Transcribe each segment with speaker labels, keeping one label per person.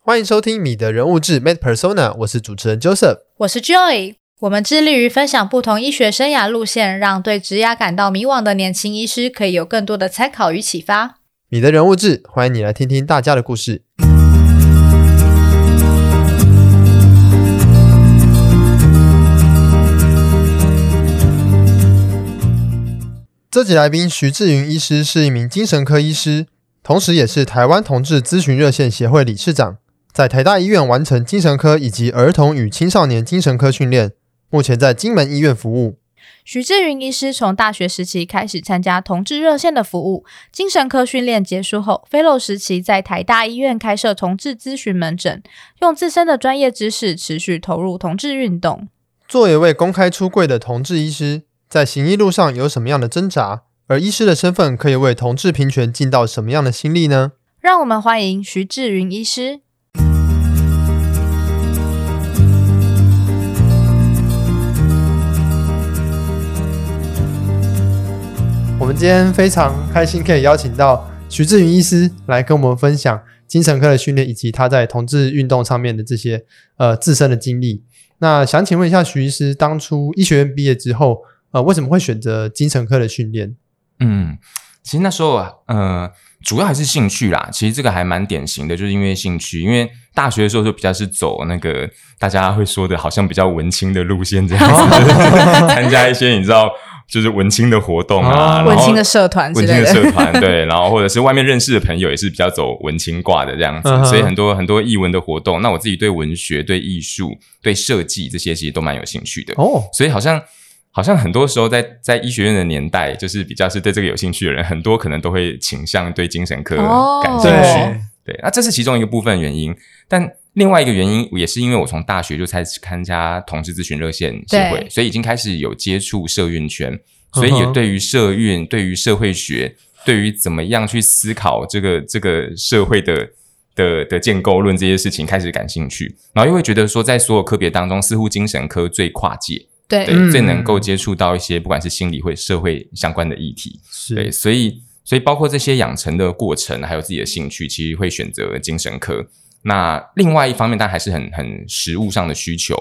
Speaker 1: 欢迎收听《你的人物志 Made Persona》，我是主持人 Joseph。
Speaker 2: 我是 Joy，我们致力于分享不同医学生涯路线，让对职涯感到迷惘的年轻医师可以有更多的参考与启发。
Speaker 1: 你的人物志，欢迎你来听听大家的故事。这集来宾徐志云医师是一名精神科医师，同时也是台湾同志咨询热线协会理事长，在台大医院完成精神科以及儿童与青少年精神科训练，目前在金门医院服务。
Speaker 2: 徐志云医师从大学时期开始参加同志热线的服务，精神科训练结束后，fellow 时期在台大医院开设同志咨询门诊，用自身的专业知识持续投入同志运动。
Speaker 1: 作为一位公开出柜的同志医师，在行医路上有什么样的挣扎？而医师的身份可以为同志平权尽到什么样的心力呢？
Speaker 2: 让我们欢迎徐志云医师。
Speaker 1: 我们今天非常开心可以邀请到徐志云医师来跟我们分享精神科的训练以及他在同志运动上面的这些呃自身的经历。那想请问一下徐医师，当初医学院毕业之后，呃，为什么会选择精神科的训练？
Speaker 3: 嗯，其实那时候啊，呃，主要还是兴趣啦。其实这个还蛮典型的，就是因为兴趣。因为大学的时候就比较是走那个大家会说的，好像比较文青的路线这样 子，就是参加一些你知道，就是文青的活动啊，
Speaker 1: 哦
Speaker 3: 然后
Speaker 2: 文青的社团之
Speaker 3: 文青
Speaker 2: 类
Speaker 3: 的
Speaker 2: 的，
Speaker 3: 社团，对，然后或者是外面认识的朋友也是比较走文青挂的这样子
Speaker 1: 嗯哼
Speaker 3: 所以很多很多艺文的活动。那我自己对文学、对艺术、对设计这些其实都蛮有兴趣的。
Speaker 1: 哦，
Speaker 3: 所以好像好像很多时候在在医学院的年代，就是比较是对这个有兴趣的人，很多可能都会倾向对精神科
Speaker 2: 哦
Speaker 3: 感兴
Speaker 1: 对
Speaker 3: 趣。对，那这是其中一个部分原因，但另外一个原因也是因为我从大学就开始参加同志咨询热线协会
Speaker 2: 对，
Speaker 3: 所以已经开始有接触社运圈，所以
Speaker 1: 嗯
Speaker 3: 也
Speaker 1: 哼
Speaker 3: 对于社运、对于社会学、对于怎么样去思考这个这个社会的。的的建构论这些事情开始感兴趣，然后又会觉得说，在所有科别当中，似乎精神科最跨界，
Speaker 2: 对
Speaker 3: 对，
Speaker 1: 嗯
Speaker 3: 最能够接触到一些不管是心理或社会相关的议题。对，
Speaker 1: 是，
Speaker 3: 所以所以包括这些养成的过程，还有自己的兴趣，其实会选择精神科。那另外一方面，当然还是很很实务上的需求，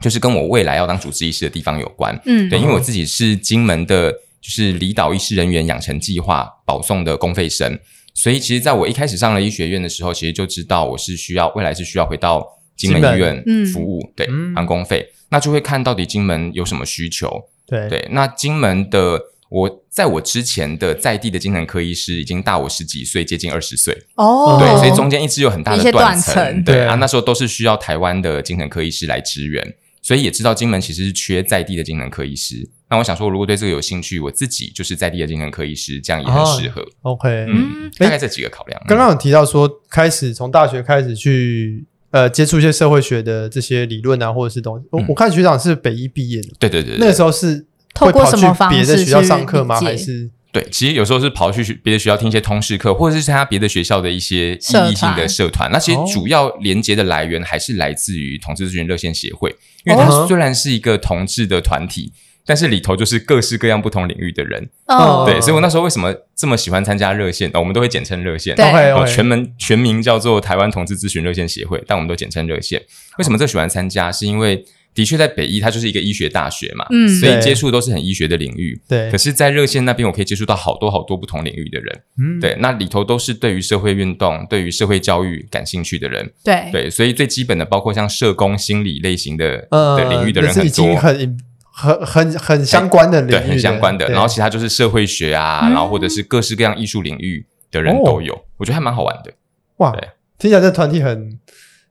Speaker 3: 就是跟我未来要当主治医师的地方有关。
Speaker 2: 嗯
Speaker 3: 对，因为我自己是金门的，就是离岛医师人员养成计划保送的公费生，所以其实在我一开始上了医学院的时候，其实就知道我是需要未来是需要回到金门
Speaker 1: 金门
Speaker 3: 医院
Speaker 2: 嗯
Speaker 3: 服务，对
Speaker 1: 嗯，
Speaker 3: 当公费，那就会看到底金门有什么需求，
Speaker 1: 对，
Speaker 3: 对，那金门的我在我之前的在地的精神科医师已经大我十几岁，接近二十岁，
Speaker 2: 哦，
Speaker 3: 对，所以中间一直有很大
Speaker 2: 一
Speaker 3: 的
Speaker 2: 些
Speaker 3: 断
Speaker 2: 断
Speaker 3: 层，
Speaker 2: 层
Speaker 3: 对
Speaker 1: 对
Speaker 3: 啊，那时候都是需要台湾的精神科医师来支援，所以也知道金门其实是缺在地的精神科医师。那我想说，如果对这个有兴趣，我自己就是在地的精神科医师，这样也很适合。
Speaker 1: ，OK，
Speaker 3: 嗯，
Speaker 1: 诶
Speaker 3: 大概这几个考量。
Speaker 1: 刚刚有提到说，开始从大学开始去呃接触一些社会学的这些理论啊，或者是东西。我、
Speaker 3: 嗯
Speaker 1: 我看学长是北医毕业的，
Speaker 3: 对对对
Speaker 1: 那个
Speaker 3: 对
Speaker 1: 时候是
Speaker 2: 透
Speaker 1: 会
Speaker 2: 过
Speaker 1: 跑
Speaker 2: 什
Speaker 1: 去
Speaker 2: 么方
Speaker 1: 别的
Speaker 2: 式
Speaker 1: 学校
Speaker 2: 去
Speaker 1: 上课吗？
Speaker 2: 理解
Speaker 1: 还是
Speaker 3: 对，其实有时候是跑去学别的学校听一些通识课，或者是参加别的学校的一些
Speaker 2: 社
Speaker 3: 意义性的
Speaker 2: 团
Speaker 3: 社团。那其
Speaker 1: 哦
Speaker 3: 实主要连接的来源还是来自于同志咨询热线协会，因为
Speaker 1: 哦
Speaker 3: 它虽然是一个同志的团体，但是里头就是各式各样不同领域的人。
Speaker 2: 哦
Speaker 3: 对，所以我那时候为什么这么喜欢参加热线？哦我们都会简称热线，
Speaker 2: 对
Speaker 1: OK
Speaker 3: 哦
Speaker 1: OK
Speaker 3: 全门全名叫做台湾同志咨询热线协会，但我们都简称热线。为什么这喜欢参加？是因为的确在北医，它就是一个医学大学嘛，
Speaker 2: 嗯
Speaker 3: 所以
Speaker 1: 对
Speaker 3: 接触都是很医学的领域。
Speaker 1: 对
Speaker 3: 可是，在热线那边，我可以接触到好多好多不同领域的人，
Speaker 1: 嗯
Speaker 3: 对，那里头都是对于社会运动、对于社会教育感兴趣的人，
Speaker 2: 对
Speaker 3: 对，所以最基本的包括像社工、心理类型的、
Speaker 1: 呃
Speaker 3: 的领域的人
Speaker 1: 那是
Speaker 3: 很
Speaker 1: 已经
Speaker 3: 多，
Speaker 1: 很很很很相关的领域
Speaker 3: 对，
Speaker 1: 的，
Speaker 3: 很相关的。
Speaker 1: 对
Speaker 3: 然后其他就是社会学啊，
Speaker 2: 嗯
Speaker 3: 然后或者是各式各样艺术领域的人都有，我觉得还蛮好玩的。
Speaker 1: 哇
Speaker 3: 对，
Speaker 1: 听起来这团体很。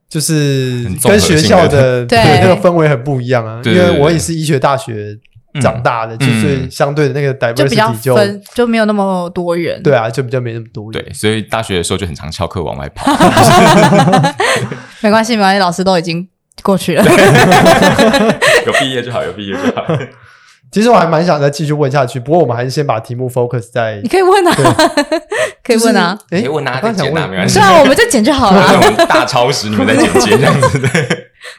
Speaker 1: 就是
Speaker 3: 很综合
Speaker 1: 跟
Speaker 3: 性
Speaker 1: 学
Speaker 3: 的
Speaker 1: 校的
Speaker 2: 对
Speaker 1: 那个氛围很不一样啊，因
Speaker 3: 对对
Speaker 1: 为
Speaker 3: 对
Speaker 1: 我
Speaker 3: 对
Speaker 1: 也是医学大学
Speaker 3: 嗯
Speaker 1: 长大的，就
Speaker 3: 嗯
Speaker 1: 是相对的那个
Speaker 2: 就比较
Speaker 1: diversity 就
Speaker 2: 分，就没有那么多人。
Speaker 1: 对，啊，就比较没那么多人。
Speaker 3: 对，所以大学的时候就很常翘课往外跑。
Speaker 2: 没关系，没关系，老师都已经过去了。
Speaker 3: 有毕业就好，有毕业就好。
Speaker 1: 其实我还蛮想再继续问下去，不过我们还是先把题目 focus 在
Speaker 2: 你可以问啊， 可以问啊。
Speaker 1: 就是。
Speaker 3: 可以问啊
Speaker 1: 我刚想
Speaker 3: 可以剪啊
Speaker 1: 问
Speaker 3: 没关系
Speaker 2: 虽然我们在剪就好啊
Speaker 3: 那
Speaker 2: 了。
Speaker 3: 我们大超时，你们在剪接这样子。对，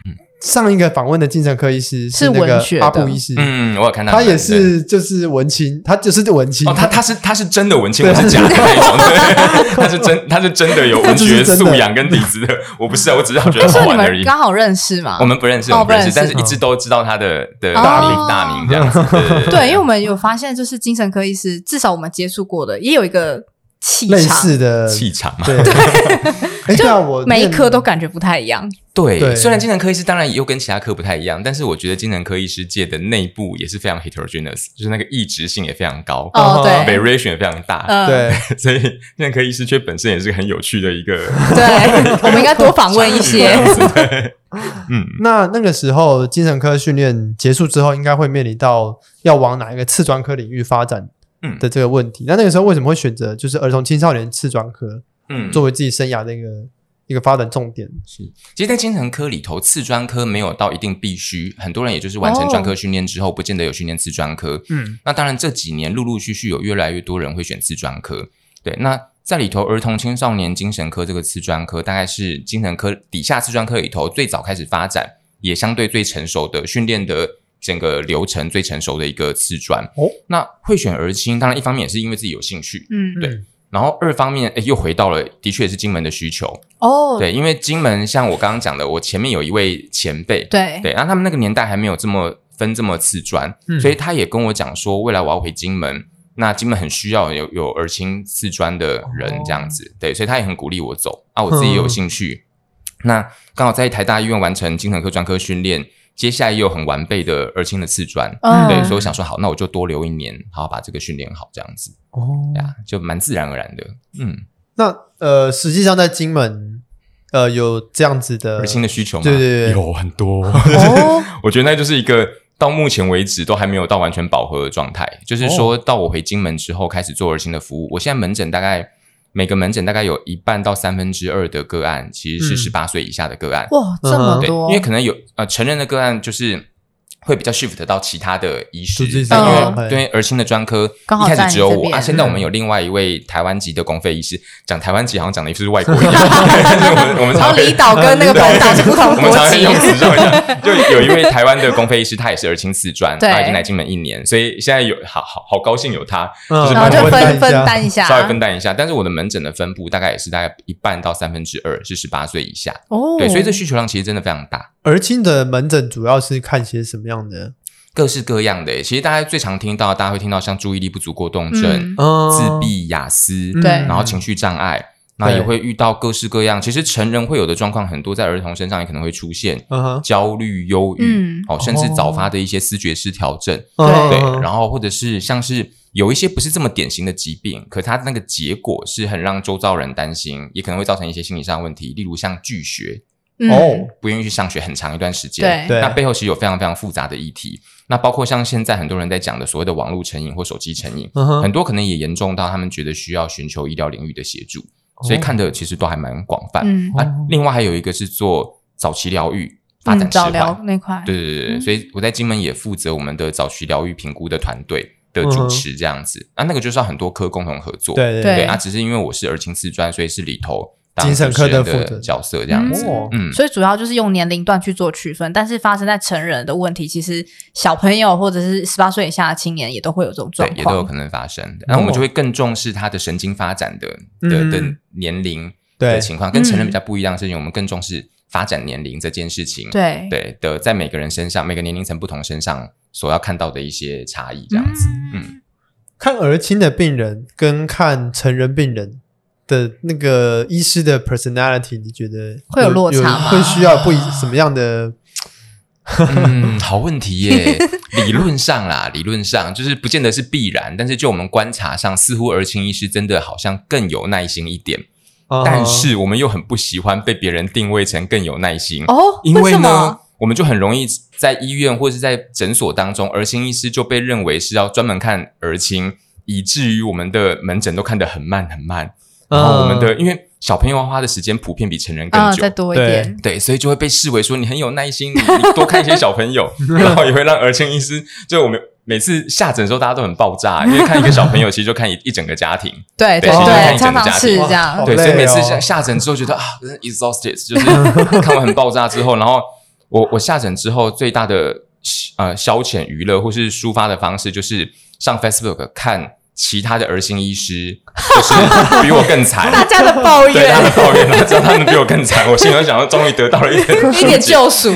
Speaker 3: 嗯
Speaker 1: 上一个访问的精神科医师
Speaker 2: 是
Speaker 1: 那个
Speaker 2: 文学的
Speaker 1: 阿布医师，
Speaker 3: 嗯，我有看到
Speaker 1: 他
Speaker 3: 你的
Speaker 1: 也
Speaker 3: 对
Speaker 1: 是就是文青，他就是文青，
Speaker 3: 哦，他他是他是真的文青，
Speaker 1: 对
Speaker 3: 我是假的那一种，对，他是真他是真的有文
Speaker 1: 他就
Speaker 3: 学
Speaker 1: 是真的
Speaker 3: 素养跟底子的，我不是啊，我只是觉得好
Speaker 2: 所以你
Speaker 3: 玩而
Speaker 2: 们
Speaker 3: 已。
Speaker 2: 刚好认识吗？
Speaker 3: 我们不认识，
Speaker 2: 哦
Speaker 3: 我们不认识，
Speaker 2: 不认
Speaker 3: 但
Speaker 2: 识
Speaker 3: 是一直都知道他的的
Speaker 2: 哦
Speaker 3: 大名大名这样子，对对对
Speaker 2: 对，因为我们有发现，就是精神科医师，至少我们接触过的，也有一个气
Speaker 1: 类
Speaker 2: 场，
Speaker 1: 似 的
Speaker 3: 气场啊嘛。
Speaker 1: 对， 哎，对啊，我
Speaker 2: 每一
Speaker 1: 念
Speaker 2: 科都感觉不太一样。
Speaker 1: 对
Speaker 3: 对，虽然精神科医师当然又跟其他科不太一样，但是我觉得精神科医师界的内部也是非常 heterogeneous，就是那个异质性也非常高
Speaker 2: 哦，
Speaker 1: 嗯
Speaker 2: 对，
Speaker 3: ，variation 也非常大，
Speaker 2: 嗯，
Speaker 1: 对，
Speaker 3: 所以精神科医师却本身也是个很有趣的一个
Speaker 2: 对，我们应该多 访问一些。
Speaker 1: 那那个时候精神科训练结束之后，应该会面临到要往哪一个次专科领域发展
Speaker 3: 嗯
Speaker 1: 的这个问题。那那个时候为什么会选择就是儿童青少年次专科
Speaker 3: 嗯，
Speaker 1: 作为自己生涯的一个一个发展重点？
Speaker 3: 其实，在精神科里头，次专科没有到一定必须，很多人也就是完成
Speaker 2: 哦
Speaker 3: 专科训练之后，不见得有训练次专科。
Speaker 1: 嗯，
Speaker 3: 那当然，这几年陆陆续续有越来越多人会选次专科。对，那在里头，儿童青少年精神科这个次专科，大概是精神科底下次专科里头最早开始发展，也相对最成熟的训练的整个流程最成熟的一个次专。
Speaker 1: 哦，
Speaker 3: 那会选儿青，当然一方面也是因为自己有兴趣，
Speaker 2: 嗯，
Speaker 1: 对
Speaker 3: 然后二方面，诶又回到了的确也是金门的需求。
Speaker 2: 哦，
Speaker 3: 对，因为金门像我刚刚讲的，我前面有一位前辈，
Speaker 2: 对，
Speaker 3: 对，然后他们那个年代还没有这么分这么次专，
Speaker 1: 哎嗯
Speaker 3: 所以他也跟我讲说，未来我要回金门，那金门很需要有有儿青次专的
Speaker 1: 哦
Speaker 3: 人这样子，对，所以他也很鼓励我走啊，我自
Speaker 1: 嗯
Speaker 3: 己也有兴趣。那刚好在台大医院完成精神科专科训练，接下来也有很完备的儿青的次专。
Speaker 2: 嗯，
Speaker 3: 对，所以我想说，好，那我就多留一年，好好把这个训练好，这样子
Speaker 1: 哦
Speaker 3: 呀，就蛮自然而然的。嗯，
Speaker 1: 那呃，实际上在金门呃有这样子的
Speaker 3: 儿青的需求嘛，
Speaker 1: 对对对
Speaker 3: 有啊很多。
Speaker 2: 哦，
Speaker 3: 我觉得那就是一个到目前为止都还没有到完全饱和的状态。就是说
Speaker 2: 哦
Speaker 3: 到我回金门之后，开始做儿青的服务。我现在门诊大概每个门诊大概有一半到三分之二的个案其实是十
Speaker 1: 嗯
Speaker 3: 八岁以下的个案，
Speaker 2: 哇，这么
Speaker 3: 对，
Speaker 2: 多，哦
Speaker 3: 因为可能有呃成人的个案就是。会比较 shift 到其他的医师，
Speaker 1: 主治医师
Speaker 3: 但因为、
Speaker 1: 嗯
Speaker 3: 对儿青的专科
Speaker 2: 哦刚好
Speaker 3: 一开始只有
Speaker 2: 在你
Speaker 3: 我啊，
Speaker 2: 这边嗯
Speaker 3: 现在我们有另外一位台湾籍的公费医师，讲台湾籍好像讲的是外 国一样， 但是我们我们
Speaker 2: 然
Speaker 3: 常
Speaker 2: 后
Speaker 3: 会
Speaker 2: 离岛跟那个
Speaker 1: 啊
Speaker 2: 本岛是不同
Speaker 3: 我们
Speaker 2: 国
Speaker 3: 常常
Speaker 2: 籍
Speaker 3: 用，词上一下，就有一位台湾的公费医师，他也是儿青四专，
Speaker 2: 对
Speaker 3: 他已经来金门一年，所以现在有好好好高兴有他
Speaker 1: 嗯
Speaker 3: 就是
Speaker 2: 然后就
Speaker 3: 帮我
Speaker 2: 分分
Speaker 1: 担
Speaker 2: 担一下，
Speaker 3: 稍微分担一下。但是我的门诊的分布大概也是大概一半到三分之二是十八岁以下，
Speaker 2: 哦，
Speaker 3: 对，所以这需求量其实真的非常大，
Speaker 1: 儿青的门诊主要是看些什么样的？
Speaker 3: 各式各样的耶。其实大家最常听到，大家会听到像注意力不足过动症、
Speaker 2: 嗯
Speaker 1: 嗯，
Speaker 3: 自闭、雅思，
Speaker 1: 嗯，
Speaker 2: 对
Speaker 3: 然后情绪障碍。那也
Speaker 1: 对
Speaker 3: 会遇到各式各样，其实成人会有的状况很多，在儿童身上也可能会出现
Speaker 1: 嗯哼，
Speaker 3: 焦虑、忧郁
Speaker 2: 嗯，
Speaker 3: 哦，甚至
Speaker 1: 哦
Speaker 3: 早发的一些思觉失调症。
Speaker 1: 对
Speaker 3: 对，然后或者是像是有一些不是这么典型的疾病，可它那个结果是很让周遭人担心，也可能会造成一些心理上的问题，例如像拒学，
Speaker 2: 嗯
Speaker 1: 哦，
Speaker 3: 不愿意去上学很长一段时间。
Speaker 2: 对，
Speaker 1: 对
Speaker 3: 那背后其实有非常非常复杂的议题，那包括像现在很多人在讲的所谓的网络成瘾或手机成瘾，
Speaker 1: 嗯
Speaker 3: 很
Speaker 1: 哼，
Speaker 3: 多可能也严重到他们觉得需要寻求医疗领域的协助，所以看的其实都还蛮广泛。
Speaker 2: 嗯，
Speaker 3: 那、
Speaker 1: 哦
Speaker 3: 另外还有一个是做早期疗愈、发展
Speaker 2: 嗯，
Speaker 3: 迟
Speaker 2: 早
Speaker 3: 缓、
Speaker 2: 疗那块，
Speaker 3: 对对对对，
Speaker 2: 嗯
Speaker 3: 所以我在金门也负责我们的早期疗愈评估的团队的主持这样子，啊，那个就是要很多科共同合作，
Speaker 1: 嗯对
Speaker 2: 对
Speaker 3: 对啊，只是因为我是儿青四专，所以是里头当
Speaker 1: 精神科的
Speaker 3: 主
Speaker 1: 负责
Speaker 3: 持人的角色这样子，
Speaker 1: 哦
Speaker 3: 嗯，
Speaker 2: 所以主要就是用年龄段去做区分，但是发生在成人的问题，其实小朋友或者是十八岁以下的青年也都会有这种状
Speaker 3: 对，也都有
Speaker 2: 况。
Speaker 3: 可能发生，那我们就会更重视他的神经发展的的的
Speaker 1: 哦嗯
Speaker 3: 年龄
Speaker 1: 对
Speaker 3: 的情况，跟成人
Speaker 2: 嗯
Speaker 3: 比较不一样，是因为我们更重视发展年龄这件事情，
Speaker 2: 对
Speaker 3: 对的，在每个人身上，每个年龄层不同身上所要看到的一些差异这样子，嗯
Speaker 1: 看儿青的病人跟看成人病人的那个医师的 personality，你觉得
Speaker 2: 会有落差吗
Speaker 1: 会需要不一什么样的？
Speaker 3: 嗯，好问题 耶。理论上啦，理论上就是不见得是必然，但是就我们观察上，似乎儿青医师真的好像更有耐心一点。
Speaker 2: 哦
Speaker 1: 啊
Speaker 3: 但是我们又很不喜欢被别人定位成更有耐心，
Speaker 2: 哦，
Speaker 3: 因为
Speaker 2: 什
Speaker 3: 呢
Speaker 2: 么？，
Speaker 3: 我们就很容易在医院或是在诊所当中，儿青医师就被认为是要专门看儿青，以至于我们的门诊都看得很慢很慢，
Speaker 1: 啊
Speaker 3: 然后我们的、因为小朋友花的时间普遍比成人更
Speaker 2: 嗯，
Speaker 3: 久，
Speaker 2: 再多一点，
Speaker 3: 对，所以就会被视为说你很有耐心，你你多看一些小 朋友，然后也会让儿青医师，就我们每次下诊的时候大家都很爆炸，因为看一个小朋友其实就看一一整个家庭，
Speaker 2: 对对
Speaker 3: 对
Speaker 1: 其实看
Speaker 2: 对，
Speaker 1: 一
Speaker 3: 整
Speaker 2: 常
Speaker 3: 个
Speaker 2: 常
Speaker 3: 家
Speaker 2: 是
Speaker 3: 庭
Speaker 2: 这样
Speaker 1: 哇。好
Speaker 3: 对，
Speaker 1: 累
Speaker 3: 所以每次
Speaker 1: 哦
Speaker 3: 下下诊之后觉得啊真的，exhausted，就是看完很爆炸之后，然后我我下诊之后最大的呃消遣娱乐或是抒发的方式，就是上 Facebook 看其他的儿心医师，就是比我更 惨，
Speaker 4: 大家的抱
Speaker 3: 对他
Speaker 4: 怨
Speaker 3: 们抱怨，然后知道他们比我更惨，我心里头想说，终于得到了一点
Speaker 4: 一点救 赎，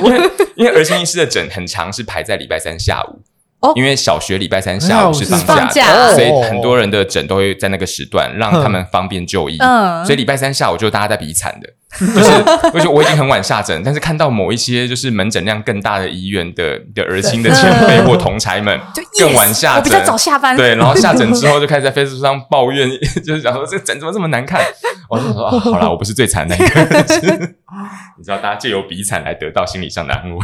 Speaker 3: 因为儿心医师的诊很长，是排在礼拜三下午。
Speaker 4: 哦
Speaker 3: 因为小学礼拜三下午是放
Speaker 4: 放
Speaker 3: 假
Speaker 4: 假
Speaker 3: 的，所以
Speaker 1: 哦
Speaker 3: 很多人的诊都会在那个时段，让他们方便就医。
Speaker 4: 嗯
Speaker 3: 所以礼拜三下午就大家在比惨的，就是而且我已经很晚下诊，但是看到某一些就是门诊量更大的医院的的儿青的前辈或同才们
Speaker 4: 就 yes,
Speaker 3: 更晚下
Speaker 4: 我比较
Speaker 3: 诊，
Speaker 4: 早下班，
Speaker 3: 对，然后下诊之后就开始在 Facebook 上抱怨， 就是想说这诊怎么这么难看。我就想说、啊、好啦，我不是最惨的那个，就是 你知道，大家借由比惨来得到心理上的安慰。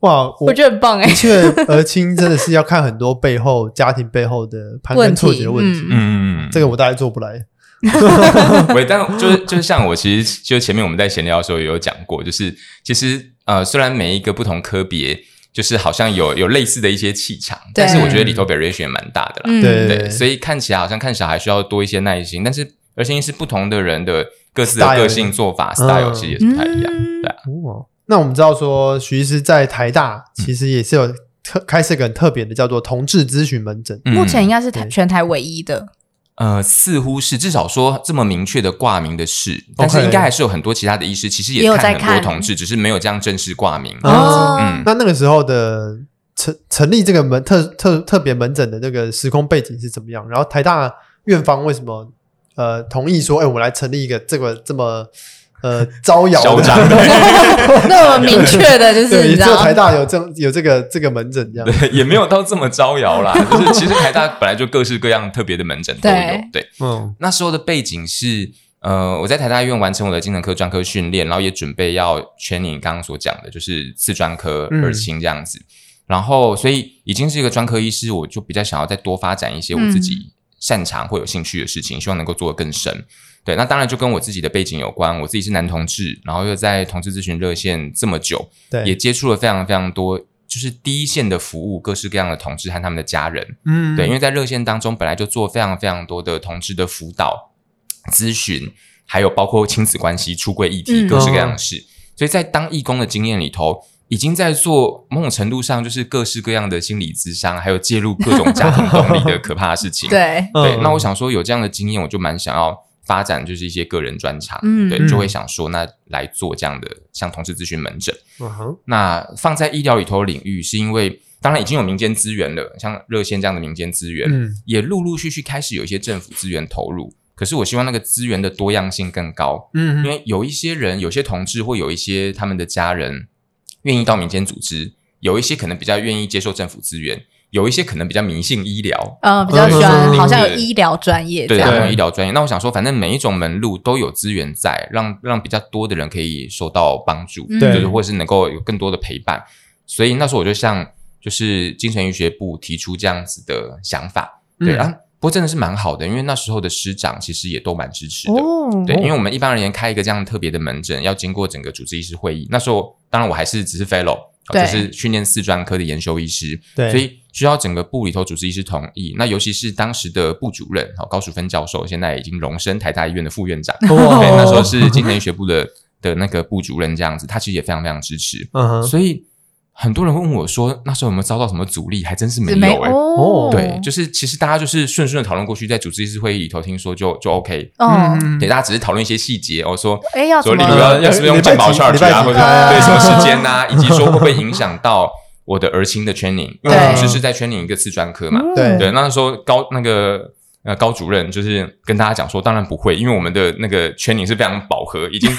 Speaker 1: 哇，我
Speaker 4: 我觉得很棒哎、
Speaker 1: 的确， 儿亲真的是要看很多背后家庭背后的盘根错节的问题。
Speaker 4: 问题
Speaker 3: 嗯，
Speaker 1: 这个我大概做不来。
Speaker 3: 喂，但就是就是像我，其实就前面我们在闲聊的时候也有讲过，就是其实呃，虽然每一个不同科别，就是好像有有类似的一些气场，
Speaker 4: 对
Speaker 3: 但是我觉得里头 variation 也蛮大的啦。
Speaker 4: 嗯，
Speaker 1: 对
Speaker 3: 对，所以看起来好像看小孩需要多一些耐心，但是而且是不同的人的各自的
Speaker 1: Style
Speaker 3: 个性做法 style 其实也是不太一样。
Speaker 4: 嗯
Speaker 3: 对啊，
Speaker 1: 哦，那我们知道说，徐医师在台大其实也是有特开设一个很特别的叫做同志咨询门诊。
Speaker 3: 嗯
Speaker 2: 目前应该是台
Speaker 1: 对
Speaker 2: 全台唯一的，
Speaker 3: 呃，似乎是至少说这么明确的挂名的是，但是
Speaker 1: OK
Speaker 3: 应该还是有很多其他的医师其实
Speaker 2: 也有在
Speaker 3: 看很多
Speaker 2: 看
Speaker 3: 同志，只是没有这样正式挂名。
Speaker 1: 嗯
Speaker 4: 哦
Speaker 3: 嗯，
Speaker 1: 那那个时候的成成立这个门特特特别门诊的这个时空背景是怎么样？然后台大院方为什么呃同意说，哎、我们来成立一个这个这么呃招摇
Speaker 3: 嚣
Speaker 1: 的？
Speaker 3: 张的，
Speaker 4: 那么明确的就是
Speaker 1: 对，
Speaker 4: 你知
Speaker 1: 只有
Speaker 4: 道
Speaker 1: 台，大有这有这个这个门诊这样。
Speaker 3: 对，也没有到这么招摇啦。就是其实台大本来就各式各样特别的门诊都有。
Speaker 4: 对
Speaker 3: 对，
Speaker 1: 嗯，
Speaker 3: 那时候的背景是，呃，我在台大医院完成我的精神科专科训练，然后也准备要全你刚刚所讲的，就是次专科、
Speaker 1: 嗯
Speaker 3: 二清这样子。然后，所以已经是一个专科医师，我就比较想要再多发展一些我自
Speaker 1: 嗯
Speaker 3: 己擅长或有兴趣的事情，希望能够做得更深。对，那当然就跟我自己的背景有关，我自己是男同志，然后又在同志咨询热线这么久，也
Speaker 1: 对，
Speaker 3: 接触了非常非常多，就是第一线的服务，各式各样的同志和他们的家人。
Speaker 1: 嗯
Speaker 3: 对，因为在热线当中本来就做非常非常多的同志的辅导、咨询，还有包括亲子关系、出柜议题，
Speaker 4: 嗯
Speaker 3: 各式各样的事。所以在当义工的经验里头，已经在做某种程度上就是各式各样的心理咨商，还有介入各种家庭动力的可怕的事情。
Speaker 4: 对，
Speaker 3: 嗯
Speaker 4: 嗯
Speaker 3: 对，那我
Speaker 1: 想
Speaker 3: 想说有这样的经验，我就蛮想要发展就是一些个人专长，
Speaker 4: 嗯
Speaker 3: 对，就会
Speaker 1: 嗯
Speaker 3: 想说那来做这样的像同志咨询门诊。，
Speaker 1: 嗯哼
Speaker 3: 那放在医疗里头领域，是因为当然已经有民间资源了，像热线这样的民间资源，
Speaker 1: 嗯
Speaker 3: 也陆陆续续开始有一些政府资源投入。可是我希望那个资源的多样性更高，
Speaker 1: 嗯
Speaker 3: 因
Speaker 1: 哼
Speaker 3: 为有一些人，有些同志或有一些他们的家人愿意到民间组织，有一些可能比较愿意接受政府资源，有一些可能比较迷信医疗，
Speaker 4: 呃，比较喜欢
Speaker 1: 嗯
Speaker 4: 好像有医疗专业这
Speaker 3: 对，
Speaker 4: 样，
Speaker 3: 他们医疗专业。那我想说，反正每一种门路都有资源在，让让比较多的人可以受到帮助，
Speaker 4: 嗯
Speaker 3: 就
Speaker 1: 对
Speaker 3: 是或是能够有更多的陪伴。所以那时候我就向就是精神医学部提出这样子的想法，对、
Speaker 1: 嗯
Speaker 3: 啊。不过真的是蛮好的，因为那时候的师长其实也都蛮支持的。
Speaker 4: 哦
Speaker 3: 对，因为我们一般而言开一个这样特别的门诊，要经过整个主治医师会议。那时候当然我还是只是 fellow，哦
Speaker 4: 对
Speaker 3: 就是训练四专科的研修医师，
Speaker 1: 对
Speaker 3: 所以需要整个部里头主治医师同意。那尤其是当时的部主任哦，高淑芬教授，现在已经荣升台大医院的副院长，
Speaker 1: 哇
Speaker 4: 哦
Speaker 3: 对，那时候是精神医学部的的那个部主任这样子，他其实也非常非常支持，
Speaker 1: 嗯哼，
Speaker 3: 所以很多人会问我说，那时候有没有遭到什么阻力？还真是没
Speaker 4: 是没
Speaker 3: 有哎、
Speaker 4: 哦，
Speaker 3: 对，就是其实大家就是顺顺的讨论过去，在主治医师会议里头听说就就 OK，
Speaker 4: 哦，
Speaker 3: 对，大家只是讨论一些细节哦，说
Speaker 4: 哎，要
Speaker 3: 说
Speaker 4: 怎
Speaker 3: 例
Speaker 4: 么
Speaker 3: 如要
Speaker 1: 了
Speaker 3: 要是不是用健保券
Speaker 1: 呃礼
Speaker 3: 去
Speaker 1: 拜几
Speaker 3: 啊，
Speaker 1: 礼拜几
Speaker 3: 或者
Speaker 4: 开
Speaker 3: 对什么
Speaker 4: 啊
Speaker 3: 时间呐，以及说会不会影响到我的儿青的 training，因为
Speaker 4: 对嗯
Speaker 3: 我同时是在 training 一个次专科嘛，
Speaker 1: 对
Speaker 4: 哦
Speaker 3: 对，那时候高那个。呃，高主任就是跟大家讲说，当然不会，因为我们的那个 training 是非常饱和，已经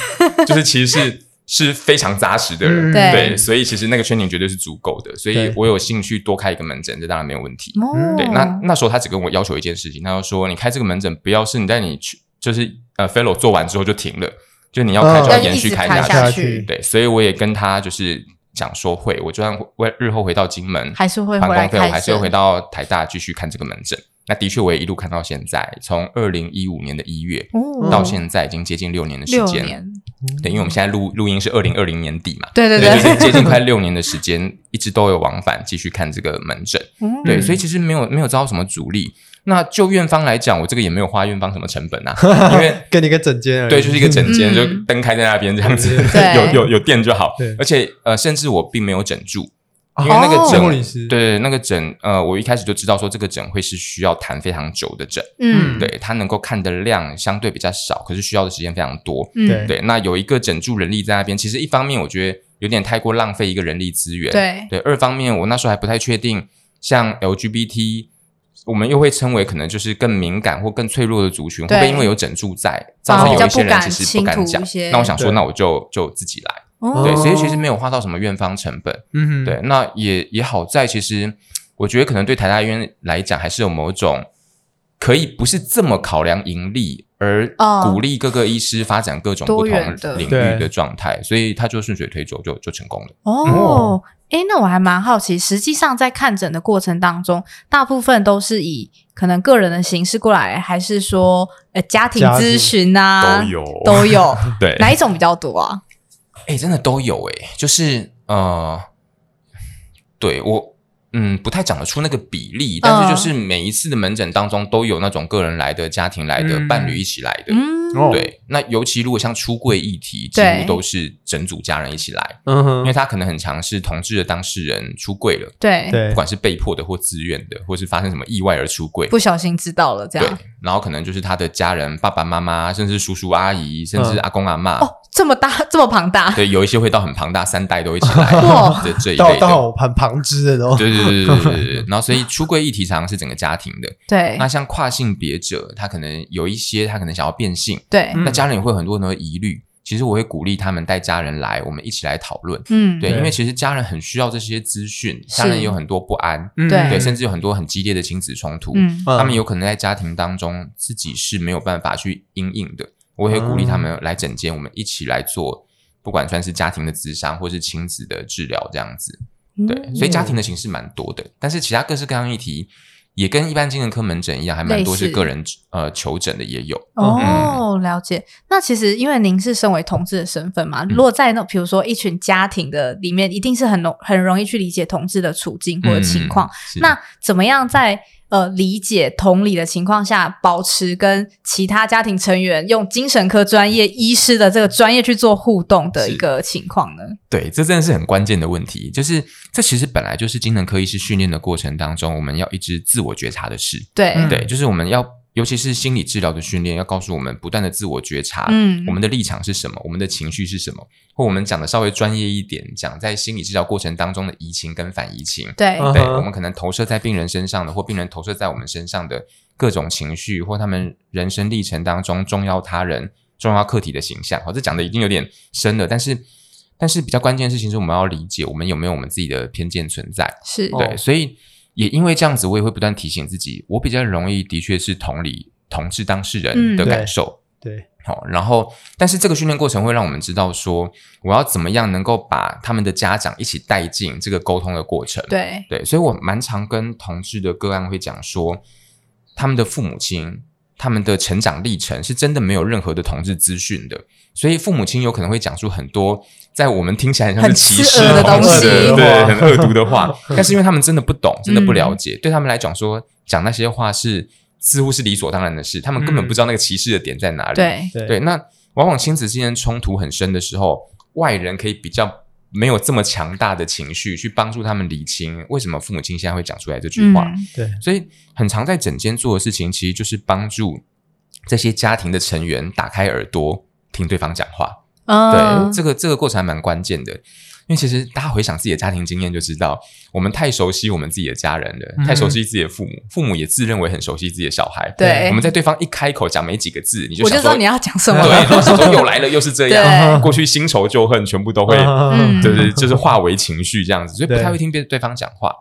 Speaker 3: 就是其实是是非常扎实的人，
Speaker 1: 嗯
Speaker 4: 对
Speaker 3: 对，所以其实那个 training 绝对是足够的，所以
Speaker 1: 对
Speaker 3: 我有兴趣多开一个门诊，这当然没有问题。
Speaker 1: 嗯
Speaker 4: 哦，
Speaker 3: 对，那那时候他只跟我要求一件事情，他就说你开这个门诊不要是你在你去就是呃 fellow 做完之后就停了，就你要开就
Speaker 1: 嗯
Speaker 3: 要
Speaker 1: 要
Speaker 3: 延续
Speaker 4: 一直
Speaker 3: 开
Speaker 4: 开
Speaker 3: 去。
Speaker 4: 下
Speaker 1: 去嗯
Speaker 3: 对，所以我也跟他就是讲说会，我就算会日后回到金门
Speaker 4: 还是会
Speaker 3: 返
Speaker 4: 回来
Speaker 3: 工费，我
Speaker 4: 看，
Speaker 3: 还是会回到台大继续看这个门诊。那的确，我也一路看到现在，从二零一五年的一月
Speaker 4: 哦
Speaker 3: 到现在，已经接近六年的时
Speaker 4: 六
Speaker 3: 间。
Speaker 4: 年，
Speaker 3: 对，因为我们现在录录音是二零二零年底嘛，
Speaker 4: 对对
Speaker 3: 对，就是接近快六年的时间，一直都有往返继续看这个门诊。
Speaker 4: 嗯
Speaker 3: 对，所以其实没有没有遭到什么阻力。那就院方来讲，我这个也没有花院方什么成 本啊，因为
Speaker 1: 给你一个整间而已。
Speaker 3: 对，就是一个整间，
Speaker 4: 嗯
Speaker 3: 就灯开在那边这样子，
Speaker 4: 对
Speaker 3: 有有有电就好
Speaker 1: 对。
Speaker 3: 而且呃，甚至我并没有整住，
Speaker 1: 哦
Speaker 3: 因为那个
Speaker 1: 是
Speaker 3: 整、
Speaker 1: 护理师，
Speaker 3: 对那个整呃，我一开始就知道说这个整会是需要谈非常久的整，
Speaker 4: 嗯
Speaker 3: 对它能够看的量相对比较少，可是需要的时间非常多。
Speaker 1: 对
Speaker 4: 嗯，
Speaker 3: 对，那有一个整住人力在那边，其实一方面我觉得有点太过浪费一个人力资源，
Speaker 4: 对，
Speaker 3: 对，二方面我那时候还不太确定，像 LGBT，我们又会称为可能就是更敏感或更脆弱的族群，会
Speaker 4: 对
Speaker 3: 不会因为有整住在，
Speaker 4: 反
Speaker 3: 造
Speaker 1: 而
Speaker 3: 成
Speaker 1: 比
Speaker 3: 有
Speaker 1: 较
Speaker 3: 一些
Speaker 4: 不
Speaker 3: 人
Speaker 4: 敢
Speaker 3: 其实
Speaker 4: 倾
Speaker 3: 不敢
Speaker 4: 吐
Speaker 3: 讲
Speaker 4: 一些？
Speaker 3: 那我想说，
Speaker 1: 对
Speaker 3: 那我就就自己来。
Speaker 4: 哦
Speaker 3: 对，所以其实没有花到什么院方成本。
Speaker 1: 嗯哼，
Speaker 3: 对，那也也好在，其实我觉得可能对台大医院来讲，还是有某种可以不是这么考量盈利，而
Speaker 4: 哦
Speaker 3: 鼓励各个医师发展各种不
Speaker 4: 多元
Speaker 3: 同
Speaker 4: 的
Speaker 3: 领
Speaker 1: 对
Speaker 3: 域的状态，所以他就顺水推舟就就成功了。
Speaker 1: 哦
Speaker 2: 哦，
Speaker 3: 嗯
Speaker 2: 诶，那我还蛮好奇，实际上在看诊的过程当中，大部分都是以可能个人的形式过来，还是说呃家庭
Speaker 1: 家庭
Speaker 2: 咨询啊，
Speaker 3: 都有
Speaker 2: 都有
Speaker 3: 对，
Speaker 2: 哪一种比较多啊？
Speaker 3: 哎、真的都有哎、就是呃，对我嗯不太讲得出那个比例，但是就是
Speaker 4: 嗯
Speaker 3: 每一次的门诊当中都有那种个人来的、家庭来的、
Speaker 1: 嗯
Speaker 3: 伴侣一起来的。
Speaker 2: 嗯，
Speaker 1: 哦，
Speaker 3: 对，那尤其如果像出柜议题，几
Speaker 4: 对
Speaker 3: 乎都是整组家人一起来，
Speaker 1: 嗯
Speaker 3: 因为
Speaker 1: 哼，
Speaker 3: 他可能很常是同志的当事人出柜了，
Speaker 4: 对，
Speaker 1: 对
Speaker 3: 不，管是被迫的或自愿的，或是发生什么意外而出柜，
Speaker 4: 不小心知道了这
Speaker 3: 对
Speaker 4: 样。，
Speaker 3: 然后可能就是他的家人、爸爸妈妈，甚至叔叔阿姨，甚至
Speaker 1: 嗯
Speaker 3: 阿公阿妈，
Speaker 4: 哦，这么大，这么庞大，
Speaker 3: 对，有一些会到很庞大，三代都一起来
Speaker 4: 哇
Speaker 3: 这这一
Speaker 1: 到
Speaker 3: 类的。
Speaker 1: 到很旁支的都，
Speaker 3: 对对对对对对对。然后，所以出柜议题常常是整个家庭的。
Speaker 4: 对
Speaker 3: 那像跨性别者，他可能有一些，他可能想要变性，
Speaker 4: 对，
Speaker 1: 嗯
Speaker 3: 那家人也会有很多很多的疑虑。其实我会鼓励他们带家人来，我们一起来讨论。
Speaker 4: 嗯，
Speaker 3: 对，
Speaker 1: 对
Speaker 3: 因为其实家人很需要这些资讯，
Speaker 4: 是
Speaker 3: 家人有很多不安，
Speaker 1: 嗯
Speaker 4: 对
Speaker 3: 对，甚至有很多很激烈的亲子冲突。
Speaker 4: 嗯，
Speaker 1: 嗯
Speaker 3: 他们有可能在家庭当中自己是没有办法去应应的。我也会鼓励他们来整间，我们一起来做，不管算是家庭的咨商或是亲子的治疗这样子。
Speaker 4: 嗯
Speaker 3: 对，所以家庭的形式蛮多的，但是其他各式各样议题也跟一般精神科门诊一样，还蛮多
Speaker 4: 类似
Speaker 3: 是个人呃求诊的也有。
Speaker 4: 哦，
Speaker 3: 嗯
Speaker 4: 了解。那其实因为您是身为同志的身份
Speaker 3: 嗯
Speaker 4: 嘛，如果在那比如说一群家庭的里面，一定是很容很容易去理解同志的处境或者情况。
Speaker 3: 嗯，是
Speaker 4: 那怎么样在呃理解同理的情况下，保持跟其他家庭成员用精神科专业医师的这个专业去做互动的一个情况呢？
Speaker 3: 对，这真的是很关键的问题，就是这其实本来就是精神科医师训练的过程当中，我们要一直自我觉察的事。
Speaker 4: 对，
Speaker 1: 嗯
Speaker 3: 对，就是我们要，尤其是心理治疗的训练，要告诉我们不断的自我觉察，
Speaker 4: 嗯
Speaker 3: 啊我们的立场是什么，我们的情绪是什么，或我们讲的稍微专业一点，讲在心理治疗过程当中的移情跟反移情，
Speaker 4: 对，
Speaker 1: 嗯
Speaker 3: 对
Speaker 1: 哼
Speaker 3: 我们可能投射在病人身上的，或病人投射在我们身上的各种情绪，或他们人生历程当中重要他人、重要客体的形象。好，这讲的已经有点深了，但是但是比较关键的事情是我们要理解我们有没有我们自己的偏见存在。
Speaker 4: 是，
Speaker 1: 哦
Speaker 3: 对，所以也因为这样子，我也会不断提醒自己，我比较容易的确是同理同志当事人
Speaker 4: 嗯
Speaker 3: 的
Speaker 1: 对
Speaker 3: 感受。
Speaker 1: 对，
Speaker 3: 好，然后，但是这个训练过程会让我们知道说，我要怎么样能够把他们的家长一起带进这个沟通的过程。
Speaker 4: 对，
Speaker 3: 对，所以我蛮常跟同志的个案会讲说，他们的父母亲、他们的成长历程是真的没有任何的同志资讯的，所以父母亲有可能会讲出很多在我们听起来很像是
Speaker 4: 很
Speaker 3: 歧
Speaker 4: 刺
Speaker 3: 视
Speaker 4: 耳的东
Speaker 3: 同志
Speaker 4: 西
Speaker 3: 对，很恶毒 的话。但是因为他们真的不懂，真的
Speaker 4: 嗯
Speaker 3: 不了解，对他们来讲说讲那些话是似乎是理所当然的事，他们根本
Speaker 1: 嗯
Speaker 3: 不知道那个歧视的点在哪里。
Speaker 4: 对，
Speaker 1: 对
Speaker 3: 对，那往往亲子之间冲突很深的时候，外人可以比较没有这么强大的情绪去帮助他们理清为什么父母亲现在会讲出来这句
Speaker 4: 嗯，
Speaker 3: 话。
Speaker 1: 对，
Speaker 3: 所以，很常在整间做的事情，其实就是帮助这些家庭的成员打开耳朵听对方讲话。对，
Speaker 4: 嗯，
Speaker 3: 这个这个过程还蛮关键的。因为其实大家回想自己的家庭经验就知道，我们太熟悉我们自己的家人了，太熟悉自己的父母，父母也自认为很熟悉自己的小孩。
Speaker 4: 嗯对
Speaker 3: 我们在对方一开口讲没几个字，你就
Speaker 4: 我
Speaker 3: 想
Speaker 4: 就知
Speaker 3: 说
Speaker 4: 道你要讲什么
Speaker 3: 对，
Speaker 4: 了。
Speaker 3: 然后想说又来了，又是这
Speaker 4: 对
Speaker 3: 样，过去新仇旧恨全部都会，
Speaker 1: 嗯
Speaker 4: 嗯
Speaker 3: 就是就是化为情绪这样子，所以不
Speaker 1: 对
Speaker 3: 太会听别对方讲话。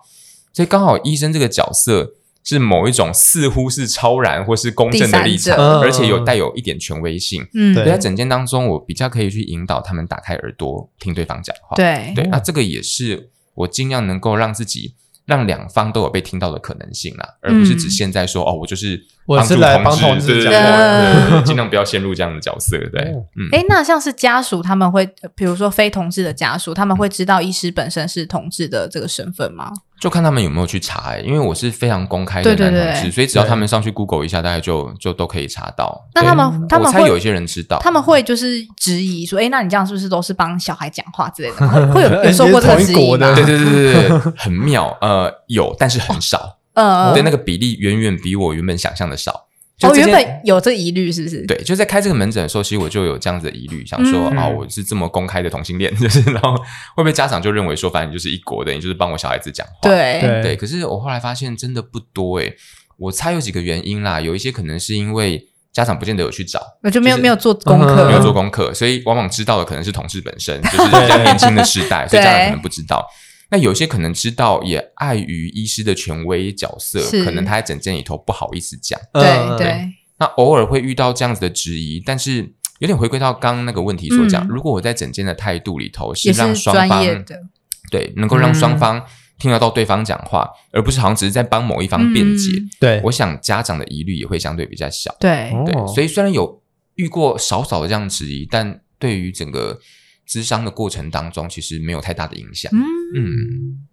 Speaker 3: 所以刚好医生这个角色是某一种似乎是超然或是公正的立
Speaker 4: 第三
Speaker 3: 场，
Speaker 1: 者
Speaker 3: 而且有带有一点权威性。
Speaker 4: 嗯，
Speaker 1: 嗯对
Speaker 3: 所以在整间当中，我比较可以去引导他们打开耳朵听对方讲话。
Speaker 4: 对，
Speaker 1: 哦
Speaker 3: 对，那嗯这个也是我尽量能够让自己。让两方都有被听到的可能性啦，而不是只
Speaker 4: 嗯
Speaker 3: 现在说、哦，我就是
Speaker 1: 我是来帮同志
Speaker 3: 志讲
Speaker 1: 讲
Speaker 3: 话
Speaker 1: 话的。
Speaker 3: 的，
Speaker 4: 嗯
Speaker 3: 对对对尽量不要陷入这样的角色。对，
Speaker 1: 哦
Speaker 3: 嗯，
Speaker 4: 哎，那像是家属他们会，呃比如说非同志的家属，他们会知道医师本身是同志的这个身份吗？
Speaker 3: 就看他们有没有去查、欸，因为我是非常公开的
Speaker 4: 对对
Speaker 3: 男同
Speaker 4: 对
Speaker 3: 志，所以只要他们上去 Google 一下，大概就就都可以查到。
Speaker 4: 那
Speaker 3: 对
Speaker 4: 他们他
Speaker 3: 我
Speaker 4: 们
Speaker 3: 猜有一
Speaker 4: 会
Speaker 3: 些人知道，
Speaker 4: 他们会就是质疑说，哎，那你这样是不是都是帮小孩讲话之 类的吗？会会有有
Speaker 1: 哎
Speaker 4: 受过这个
Speaker 1: 你是
Speaker 4: 质
Speaker 1: 同一
Speaker 4: 疑
Speaker 1: 国
Speaker 4: 吗
Speaker 1: 的？
Speaker 3: 对对对对对，很妙。呃，有，但是很少，
Speaker 4: 呃，
Speaker 3: 对那个比例远远比我原本想象的少。就
Speaker 4: 哦，
Speaker 3: 这
Speaker 4: 原
Speaker 3: 件
Speaker 4: 本有这疑虑是不是？
Speaker 3: 对，就在开这个门诊的时候，其实我就有这样子的疑虑，想说
Speaker 4: 嗯
Speaker 3: 啊、我是这么公开的同性恋， 就是然后会不会家长就认为说，反正你就是一国的，你就是帮我小孩子讲话。
Speaker 4: 对
Speaker 1: 对
Speaker 3: 对，可是我后来发现真的不多诶、我猜有几个原因啦，有一些可能是因为家长不见得有去找，
Speaker 4: 我就没有
Speaker 3: 就是嗯
Speaker 4: 没有做功课，
Speaker 3: 没有做功课，所以往往知道的可能是同事本身，就是比较年轻的世代，所以家长可能不知道。那有些可能知道，也碍于医师的权威角色
Speaker 4: 是，
Speaker 3: 可能他在诊间里头不好意思讲。
Speaker 4: 对
Speaker 1: 嗯
Speaker 4: 对，
Speaker 3: 那偶尔会遇到这样子的质疑，但是有点回归到刚刚那个问题所讲，
Speaker 4: 嗯
Speaker 3: 如果我在诊间的态度里头是
Speaker 4: 也是
Speaker 3: 让双
Speaker 4: 专
Speaker 3: 方
Speaker 4: 业嗯的，
Speaker 3: 对能够让双方听得到对方讲话，而不是好像只是在帮某一方辩解。
Speaker 4: 嗯
Speaker 1: 对，
Speaker 3: 我想家长的疑虑也会相对比较小。
Speaker 4: 对，
Speaker 1: 哦
Speaker 3: 对，所以虽然有遇过少少的这样质疑，但对于整个咨商的过程当中，其实没有太大的影响。
Speaker 4: 嗯，
Speaker 3: 嗯，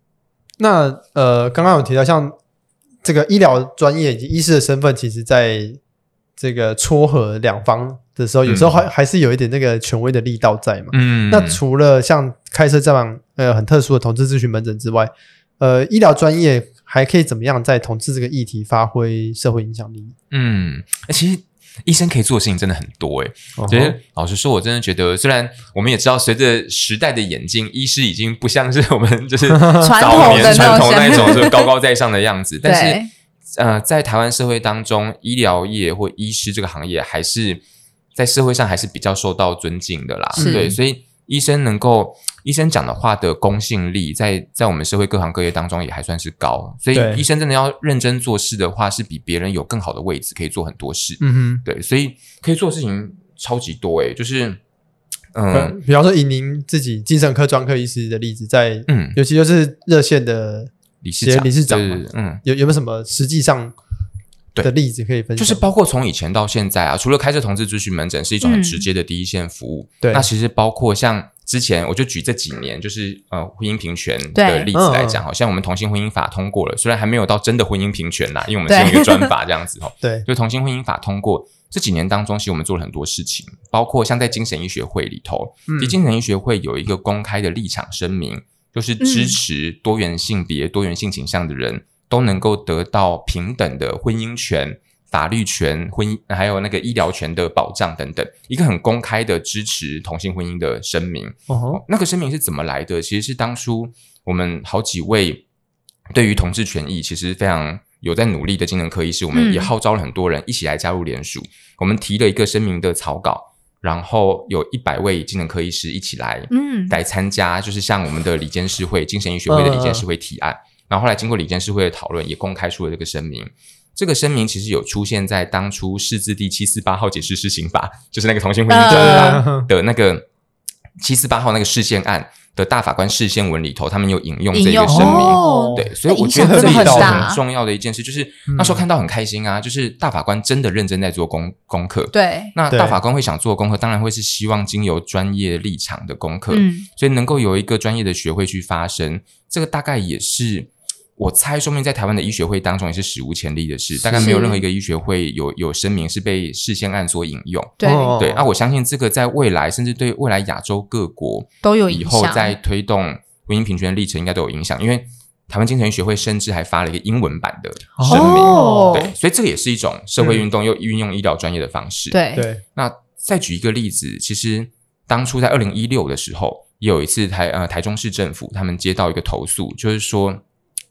Speaker 1: 那呃，刚刚有提到像这个医疗专业以及医师的身份，其实在这个撮合两方的时候，有时候还、还是有一点那个权威的力道在嘛。
Speaker 3: 嗯
Speaker 1: 那除了像开设这样呃很特殊的同志咨询门诊之外，呃，医疗专业还可以怎么样在同志这个议题发挥社会影响力？
Speaker 3: 嗯，欸其实医生可以做的事情真的很多欸诶、其
Speaker 1: 嗯
Speaker 3: 实老实说，我真的觉得，虽然我们也知道，随着时代的演进，医师已经不像是 我们就是
Speaker 4: 传
Speaker 3: 早
Speaker 4: 统的
Speaker 3: 年传统那
Speaker 4: 那
Speaker 3: 一
Speaker 4: 种
Speaker 3: 种就是高高在上的样子，但是
Speaker 4: 对。
Speaker 3: 呃，在台湾社会当中，医疗业或医师这个行业还是在社会上还是比较受到尊敬的啦。
Speaker 4: 是
Speaker 3: 对，所以医生能够医生讲的话的公信力在，在我们社会各行各业当中也还算是高。所以
Speaker 1: 对
Speaker 3: 医生真的要认真做事的话，是比别人有更好的位置，可以做很多事。
Speaker 1: 嗯
Speaker 3: 对，所以可以做的事情超级多诶、就是
Speaker 1: 哼，呃
Speaker 3: 嗯
Speaker 1: 比方说以您自己精神科专科医师的例子，在
Speaker 3: 嗯，
Speaker 1: 尤其就是热线的
Speaker 3: 理事长，
Speaker 1: 理事长
Speaker 3: 对
Speaker 1: 嘛
Speaker 3: 对对嗯，
Speaker 1: 有有没有什么实际上的
Speaker 3: 对
Speaker 1: 例子可以分享？
Speaker 3: 就是包括从以前到现在啊，除了开设同志咨询门诊是一种很直接的第一线服务，
Speaker 1: 嗯对
Speaker 3: 那其实包括像之前我就举这几年就是呃婚姻平权的
Speaker 4: 对
Speaker 3: 例子来
Speaker 1: 嗯
Speaker 3: 讲，好像我们同性婚姻法通过了，虽然还没有到真的婚姻平权啦，因为我们
Speaker 4: 对
Speaker 3: 是一个专法这样子哦，
Speaker 1: 对，
Speaker 3: 就同性婚姻法通过这几年当中，其实我们做了很多事情，包括像在精神医学会里头，
Speaker 1: 嗯
Speaker 3: 其实精神医学会有一个公开的立场声明，就是支持多元性别、多元性倾向的人都能够得到平等的婚姻权、法律权、婚姻还有那个医疗权的保障等等，一个很公开的支持同性婚姻的声明。
Speaker 1: 哦吼，
Speaker 3: 那个声明是怎么来的？其实是当初我们好几位对于同志权益其实非常有在努力的精神科医师，我们
Speaker 4: 嗯
Speaker 3: 也号召了很多人一起来加入联署。我们提了一个声明的草稿，然后有一百位精神科医师一起来、
Speaker 4: 嗯，
Speaker 3: 来参加，就是向我们的理监事会、精神医学会的理监事会提案。然后后来经过理监事会的讨论，也公开出了这个声明。这个声明其实有出现在当初释字第七四八号解释施行法，就是那个同性婚姻
Speaker 4: 呃
Speaker 3: 条例法
Speaker 1: 嗯哼
Speaker 3: 的那个七四八号那个视线案的大法官视线文里头，他们有引用这
Speaker 4: 引用
Speaker 3: 个声明。
Speaker 4: 哦
Speaker 3: 对，所以
Speaker 4: 那
Speaker 3: 我
Speaker 4: 影
Speaker 3: 觉
Speaker 4: 响
Speaker 3: 得
Speaker 1: 真
Speaker 3: 这
Speaker 1: 的
Speaker 3: 也
Speaker 1: 很
Speaker 3: 是
Speaker 4: 大
Speaker 3: 很重要的一件事，就是那时候
Speaker 1: 嗯
Speaker 3: 看到很开心啊，就是大法官真的认真在做功功课。
Speaker 4: 对，
Speaker 3: 那
Speaker 1: 对
Speaker 3: 大法官会想做功课，当然会是希望经由专业立场的功课，
Speaker 4: 嗯，
Speaker 3: 所以能够有一个专业的学会去发声，这个大概也是我猜，说明在台湾的医学会当中也是史无前例的事，大概没有任何一个医学会有有声明是被视线案所引用。
Speaker 4: 对，
Speaker 1: 哦
Speaker 3: 对，那、啊我相信这个在未来，甚至对未来亚洲各国
Speaker 4: 都有影
Speaker 3: 以后
Speaker 4: 响。
Speaker 3: 在推动婚姻平权的历程，应该都有影响。因为台湾精神医学会甚至还发了一个英文版的声明，
Speaker 4: 哦嗯
Speaker 3: 对，所以这个也是一种社会运动，又运用医疗专业的方式。，
Speaker 4: 对
Speaker 1: 对，
Speaker 3: 那再举一个例子，其实当初在二零一六的时候，也有一次台呃台中市政府他们接到一个投诉，就是说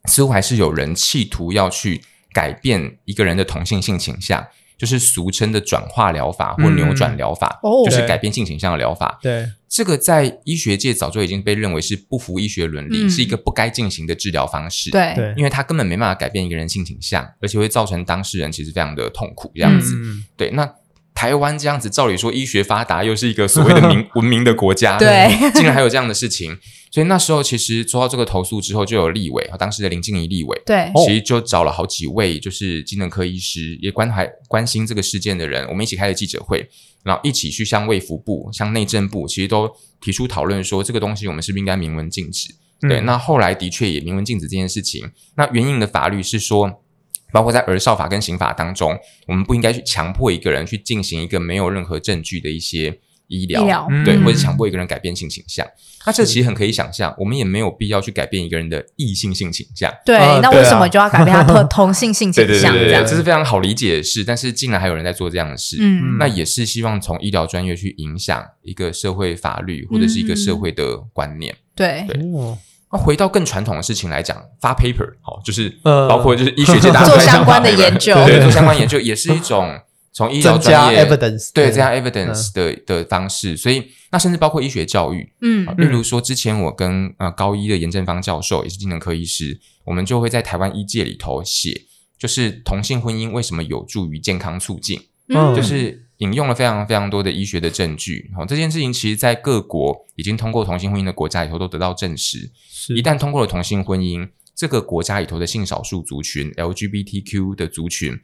Speaker 3: 似乎还是有人企图要去改变一个人的同性性倾向，就是俗称的转化疗法或
Speaker 1: 嗯
Speaker 3: 扭转疗法，
Speaker 4: 哦
Speaker 3: 就是
Speaker 1: 对
Speaker 3: 改变性倾向的疗法。
Speaker 1: 对，
Speaker 3: 这个在医学界早就已经被认为是不符医学伦理，
Speaker 4: 嗯
Speaker 3: 是一个不该进行的治疗方式。。
Speaker 4: 对
Speaker 1: 对
Speaker 3: 因为它根本没办法改变一个人性倾向，而且会造成当事人其实非常的痛苦这样子。
Speaker 1: 嗯
Speaker 3: 对，那台湾这样子，照理说医学发达，又是一个所谓 的民文明的国家，
Speaker 4: 对，
Speaker 3: 竟然还有这样的事情。所以那时候其实做到这个投诉之后，就有立委，当时的林静怡立委，
Speaker 4: 对
Speaker 1: 哦
Speaker 3: 其实就找了好几位就是精神科医师，也关怀关心这个事件的人，我们一起开了记者会，然后一起去向卫福部、向内政部，其实都提出讨论说，这个东西我们是不是应该明文禁止？对，
Speaker 1: 嗯
Speaker 3: 那后来的确也明文禁止这件事情。那援引的法律是说，包括在儿少法跟刑法当中，我们不应该去强迫一个人去进行一个没有任何证据的一些医疗，
Speaker 4: 医疗
Speaker 1: 嗯
Speaker 3: 对，或者强迫一个人改变性倾向。那这其实很可以想象，我们也没有必要去改变一个人的异性性倾向。
Speaker 4: 对
Speaker 1: 呃，
Speaker 4: 那
Speaker 1: 对
Speaker 4: 为什
Speaker 1: 啊
Speaker 4: 么就要改变他 特同性性倾向这样？
Speaker 3: 这是非常好理解的事，但是竟然还有人在做这样的事，
Speaker 4: 嗯，
Speaker 3: 那也是希望从医疗专业去影响一个社会法律或者是一个
Speaker 4: 嗯
Speaker 3: 社会的观念。
Speaker 4: 对，
Speaker 3: 对
Speaker 1: 哦
Speaker 3: 那回到更传统的事情来讲，发 paper 好、就是
Speaker 1: 呃
Speaker 3: 包括就是医学界大 家
Speaker 4: 做
Speaker 3: 都在讲
Speaker 4: 相关的
Speaker 3: paper
Speaker 4: 研究，
Speaker 3: 对，做相关研究也是一种从医疗
Speaker 1: 增加
Speaker 3: 专业
Speaker 1: evidence，嗯
Speaker 3: 对增加 evidence 的、的方式，所以那甚至包括医学教育，
Speaker 4: 嗯
Speaker 3: 啊例如说之前我跟呃高一的严正芳教授也是精神科医师，我们就会在台湾医界里头写，就是同性婚姻为什么有助于健康促进，
Speaker 1: 嗯
Speaker 4: 嗯，
Speaker 3: 就是引用了非常非常多的医学的证据。好、这件事情其实在各国已经通过同性婚姻的国家里头都得到证实，
Speaker 1: 是
Speaker 3: 一旦通过了同性婚姻，这个国家里头的性少数族群 LGBTQ 的族群，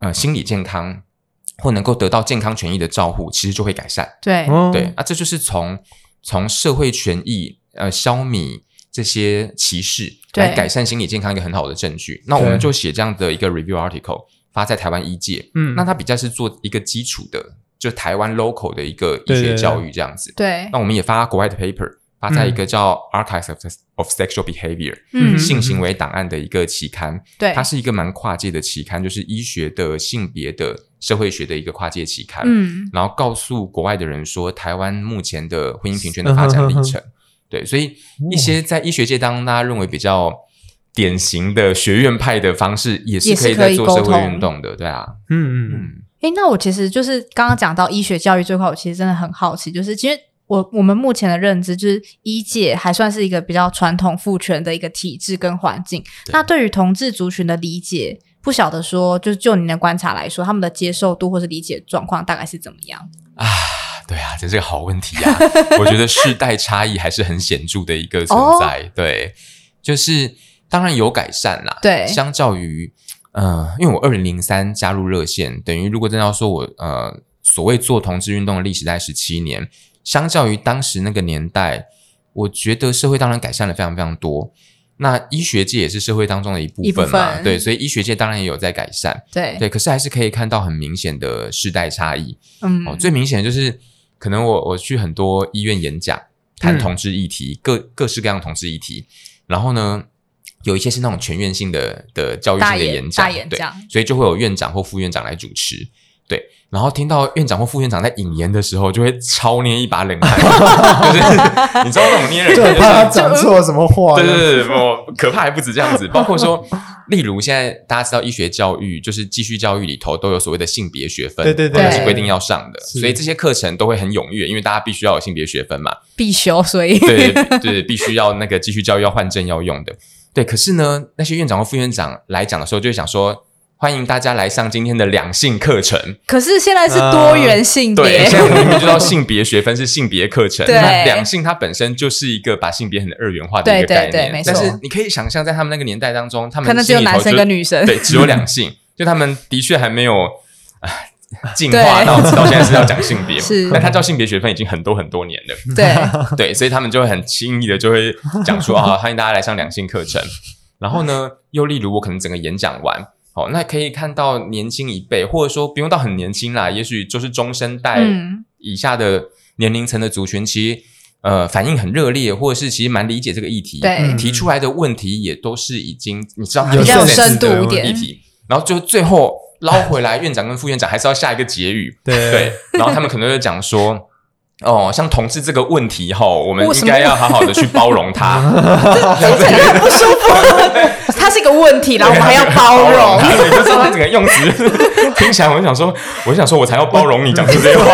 Speaker 3: 呃，心理健康或能够得到健康权益的照护，其实就会改善。
Speaker 4: 对，
Speaker 1: 哦
Speaker 3: 对啊，这就是从从社会权益呃消弭这些歧视
Speaker 4: 对
Speaker 3: 来改善心理健康一个很好的证据。那我们就写这样的一个 review article 发在台湾医界，
Speaker 1: 嗯
Speaker 3: 那它比较是做一个基础的，就台湾 local 的一个医
Speaker 1: 对对
Speaker 3: 学
Speaker 1: 对
Speaker 3: 教育这样子。
Speaker 4: 对，
Speaker 3: 那我们也发国外的 paper，发在一个叫 Archives of, of Sexual Behavior、
Speaker 4: 嗯，
Speaker 3: 性行为档案的一个期刊，
Speaker 4: 对
Speaker 3: 它，是一个蛮跨界的期刊，就是医学的、性别的、社会学的一个跨界期刊。
Speaker 4: 嗯，
Speaker 3: 然后告诉国外的人说，台湾目前的婚姻平权的发展历程。 对，所以
Speaker 4: 哦
Speaker 3: 一些在医学界当中大家认为比较典型的学院派的方式，也是
Speaker 4: 也是
Speaker 3: 可以在做
Speaker 4: 可以
Speaker 3: 社
Speaker 4: 沟
Speaker 3: 会
Speaker 4: 通
Speaker 3: 运动的，对啊，
Speaker 1: 嗯嗯
Speaker 3: 嗯，
Speaker 4: 诶，那我其实就是刚刚讲到医学教育这块，我其实真的很好奇，就是其实我我们目前的认知就是医界还算是一个比较传统父权的一个体制跟环境。那对于同志族群的理解，不晓得说，就是就您的观察来说，他们的接受度或是理解状况大概是怎么样？
Speaker 3: 啊，对啊，这是个好问题啊！我觉得世代差异还是很显著的一个存
Speaker 4: 哦
Speaker 3: 在。对，就是当然有改善啦。
Speaker 4: 对
Speaker 3: 相较于呃，因为我二零零三加入热线，等于如果真的要说我呃所谓做同志运动的历史在十七年，相较于当时那个年代，我觉得社会当然改善了非常非常多。那医学界也是社会当中的一部
Speaker 4: 一部
Speaker 3: 分嘛，
Speaker 4: 分
Speaker 3: 对，所以医学界当然也有在改善，
Speaker 4: 对，
Speaker 3: 对，可是还是可以看到很明显的世代差异。
Speaker 4: 嗯，
Speaker 3: 哦，最明显的就是可能我我去很多医院演讲，谈
Speaker 1: 嗯
Speaker 3: 同志议题，各各式各样的同志议题，然后呢，有一些是那种全院性的的教育性
Speaker 4: 大
Speaker 3: 的
Speaker 4: 演
Speaker 3: 演讲，
Speaker 4: 大演
Speaker 3: 对，
Speaker 4: 讲，
Speaker 3: 所以就会有院长或副院长来主持。对，然后听到院长或副院长在引言的时候，就会超捏一把冷汗， 就是你知道那种捏 人
Speaker 1: 就
Speaker 3: 汗
Speaker 1: 很
Speaker 3: 就是
Speaker 1: 怕他讲错什么话，
Speaker 3: 对对对，对我可怕还不止这样子， 包括说，例如现在大家知道医学教育就是继续教育里头都有所谓的性别学分，
Speaker 1: 对对对
Speaker 3: 或者是规定要上的，
Speaker 1: 是
Speaker 3: 所以这些课程都会很踊跃，因为大家必须要有性别学分 嘛，
Speaker 4: 必修，所以
Speaker 3: 对对，必须要那个继续教育要换证要用的，对。可是呢，那些院长或副院长来讲的时候，就会想说。欢迎大家来上今天的两性课程。
Speaker 4: 可是现在是多元性
Speaker 3: 呃对，
Speaker 4: 别，
Speaker 3: 现在我们明明知道性别学分是性别课程，
Speaker 4: 对
Speaker 3: 那两性它本身就是一个把性别很二元化的一个
Speaker 4: 对
Speaker 3: 概
Speaker 4: 对对
Speaker 3: 念。
Speaker 4: 没
Speaker 3: 但
Speaker 4: 错
Speaker 3: 是你可以想象，在他们那个年代当中，他们
Speaker 4: 可能只有
Speaker 3: 心里头
Speaker 4: 男生
Speaker 3: 就
Speaker 4: 跟女生。
Speaker 3: 对，只有 两性，就他们的确还没有啊进化到到现在是要讲性 别，
Speaker 4: 是
Speaker 3: 但他叫性别学分已经很多很多年了，
Speaker 4: 对，
Speaker 3: 对，所以他们就会很轻易的就会讲说啊， 欢迎大家来上两性课程。然后呢，又例如我可能整个演讲完。哦，那可以看到年轻一辈，或者说不用到很年轻啦，也许就是中生代
Speaker 4: 嗯，
Speaker 3: 以下的年龄层的族群，其实呃反应很热烈，或者是其实蛮理解这个议题，
Speaker 4: 对
Speaker 1: 嗯
Speaker 3: 提出来的问题也都是已经你知道它
Speaker 1: 有
Speaker 4: 比较有
Speaker 1: 现实
Speaker 4: 深度
Speaker 1: 的
Speaker 4: 一点
Speaker 3: 议题，然后就最后捞回来，院长跟副院长还是要下一个 结语，
Speaker 1: 对
Speaker 3: 对，然后他们可能就讲说。哦，像同志这个问题哈，我们
Speaker 4: 为
Speaker 3: 应
Speaker 4: 什么
Speaker 3: 该要好好的去包容它，
Speaker 4: 我感觉很不舒服。 它是一个问题，然后我们还要 包容。
Speaker 3: 它。 对，就是它整个用词 听起来，我就想说，我就想说，我才要包容你讲出这些话。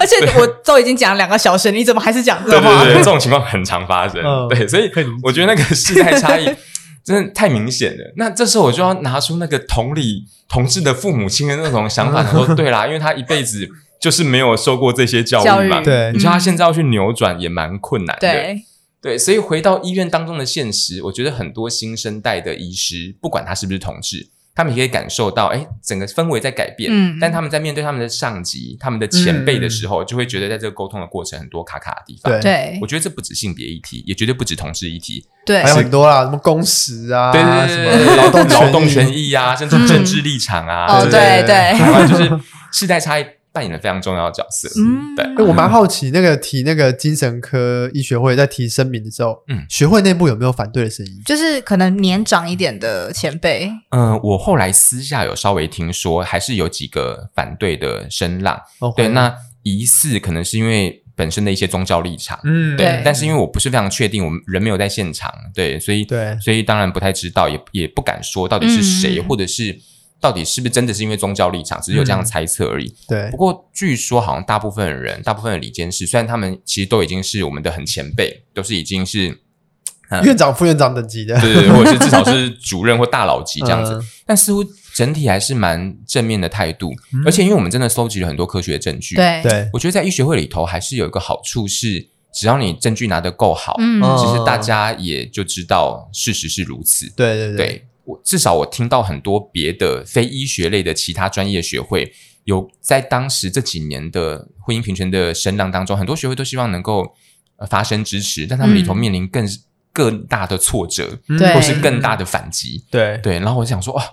Speaker 4: 而且我都已经讲了两个小时，你怎么还是讲这
Speaker 3: 对
Speaker 4: 话？
Speaker 3: 对对，这种情况很常发生。
Speaker 1: 嗯
Speaker 3: 对，所以
Speaker 1: 可以理解
Speaker 3: 我觉得那个世代差异真的太明显了。那这时候我就要拿出那个同理同志的父母亲的那种想法，说对啦，因为他一辈子就是没有受过这些教
Speaker 4: 教
Speaker 3: 育嘛，
Speaker 4: 育
Speaker 1: 对
Speaker 3: 你叫他现在要去扭转也蛮困难的。
Speaker 4: 对，
Speaker 3: 对，所以回到医院当中的现实，我觉得很多新生代的医师，不管他是不是同志，他们也可以感受到，哎，整个氛围在改变。
Speaker 4: 嗯
Speaker 3: 但他们在面对他们的上级、他们的前辈的时候，就会觉得在这个沟通的过程很多卡卡的地方。
Speaker 1: 对
Speaker 4: 对
Speaker 3: 我觉得这不止性别议题，也绝对不止同志议题，
Speaker 4: 对
Speaker 1: 还有很多啦，什么工时啊，
Speaker 3: 对对对
Speaker 1: 什么
Speaker 3: 对，
Speaker 1: 劳动
Speaker 3: 劳动
Speaker 1: 权
Speaker 3: 权
Speaker 1: 益，
Speaker 3: 益啊，甚至政治立场啊，
Speaker 4: 嗯哦，
Speaker 3: 不
Speaker 4: 对 对，
Speaker 3: 台湾就是世代差异扮演了非常重要的角色。
Speaker 4: 嗯
Speaker 3: 对，
Speaker 1: 哎，我蛮好奇，那个提那个精神科医学会在提声明的时候，
Speaker 3: 嗯
Speaker 1: 学会内部有没有反对的声音？
Speaker 4: 就是可能年长一点的前辈，
Speaker 3: 嗯，我后来私下有稍微听说，还是有几个反对的声浪。
Speaker 1: 哦
Speaker 3: 对，那疑似可能是因为本身的一些宗教立场，
Speaker 1: 嗯，
Speaker 4: 对
Speaker 3: 但是因为我不是非常确定，我们人没有在现场，对，所以
Speaker 1: 对
Speaker 3: 所以当然不太知道，也也不敢说到底是谁，
Speaker 4: 嗯
Speaker 3: 或者是到底是不是真的是因为宗教立场，只是有这
Speaker 1: 嗯
Speaker 3: 样猜测而已。
Speaker 1: 对
Speaker 3: 不过据说好像大部分人，大部分的理监事，虽然他们其实都已经是我们的很前辈，都是已经是。嗯
Speaker 1: 院长、副院长等级的，
Speaker 3: 对对对，或者是至少是主任或大佬级这样子，
Speaker 1: 嗯
Speaker 3: 但似乎整体还是蛮正面的态度，而且因为我们真的搜集了很多科学证据，
Speaker 4: 嗯对，
Speaker 1: 对，
Speaker 3: 我觉得在医学会里头还是有一个好处是，只要你证据拿得够好，
Speaker 4: 嗯，
Speaker 1: 嗯
Speaker 3: 其实大家也就知道事实是如此。
Speaker 1: 对对对，
Speaker 3: 对我至少我听到很多别的非医学类的其他专业学会，有在当时这几年的婚姻平权的声浪当中，很多学会都希望能够、呃发声支持，但他们里头
Speaker 4: 嗯
Speaker 3: 面临更、更大的挫折，
Speaker 1: 嗯
Speaker 4: 对
Speaker 3: 或是更大的反击。
Speaker 1: 对
Speaker 3: 对，然后我就想说，哇、哦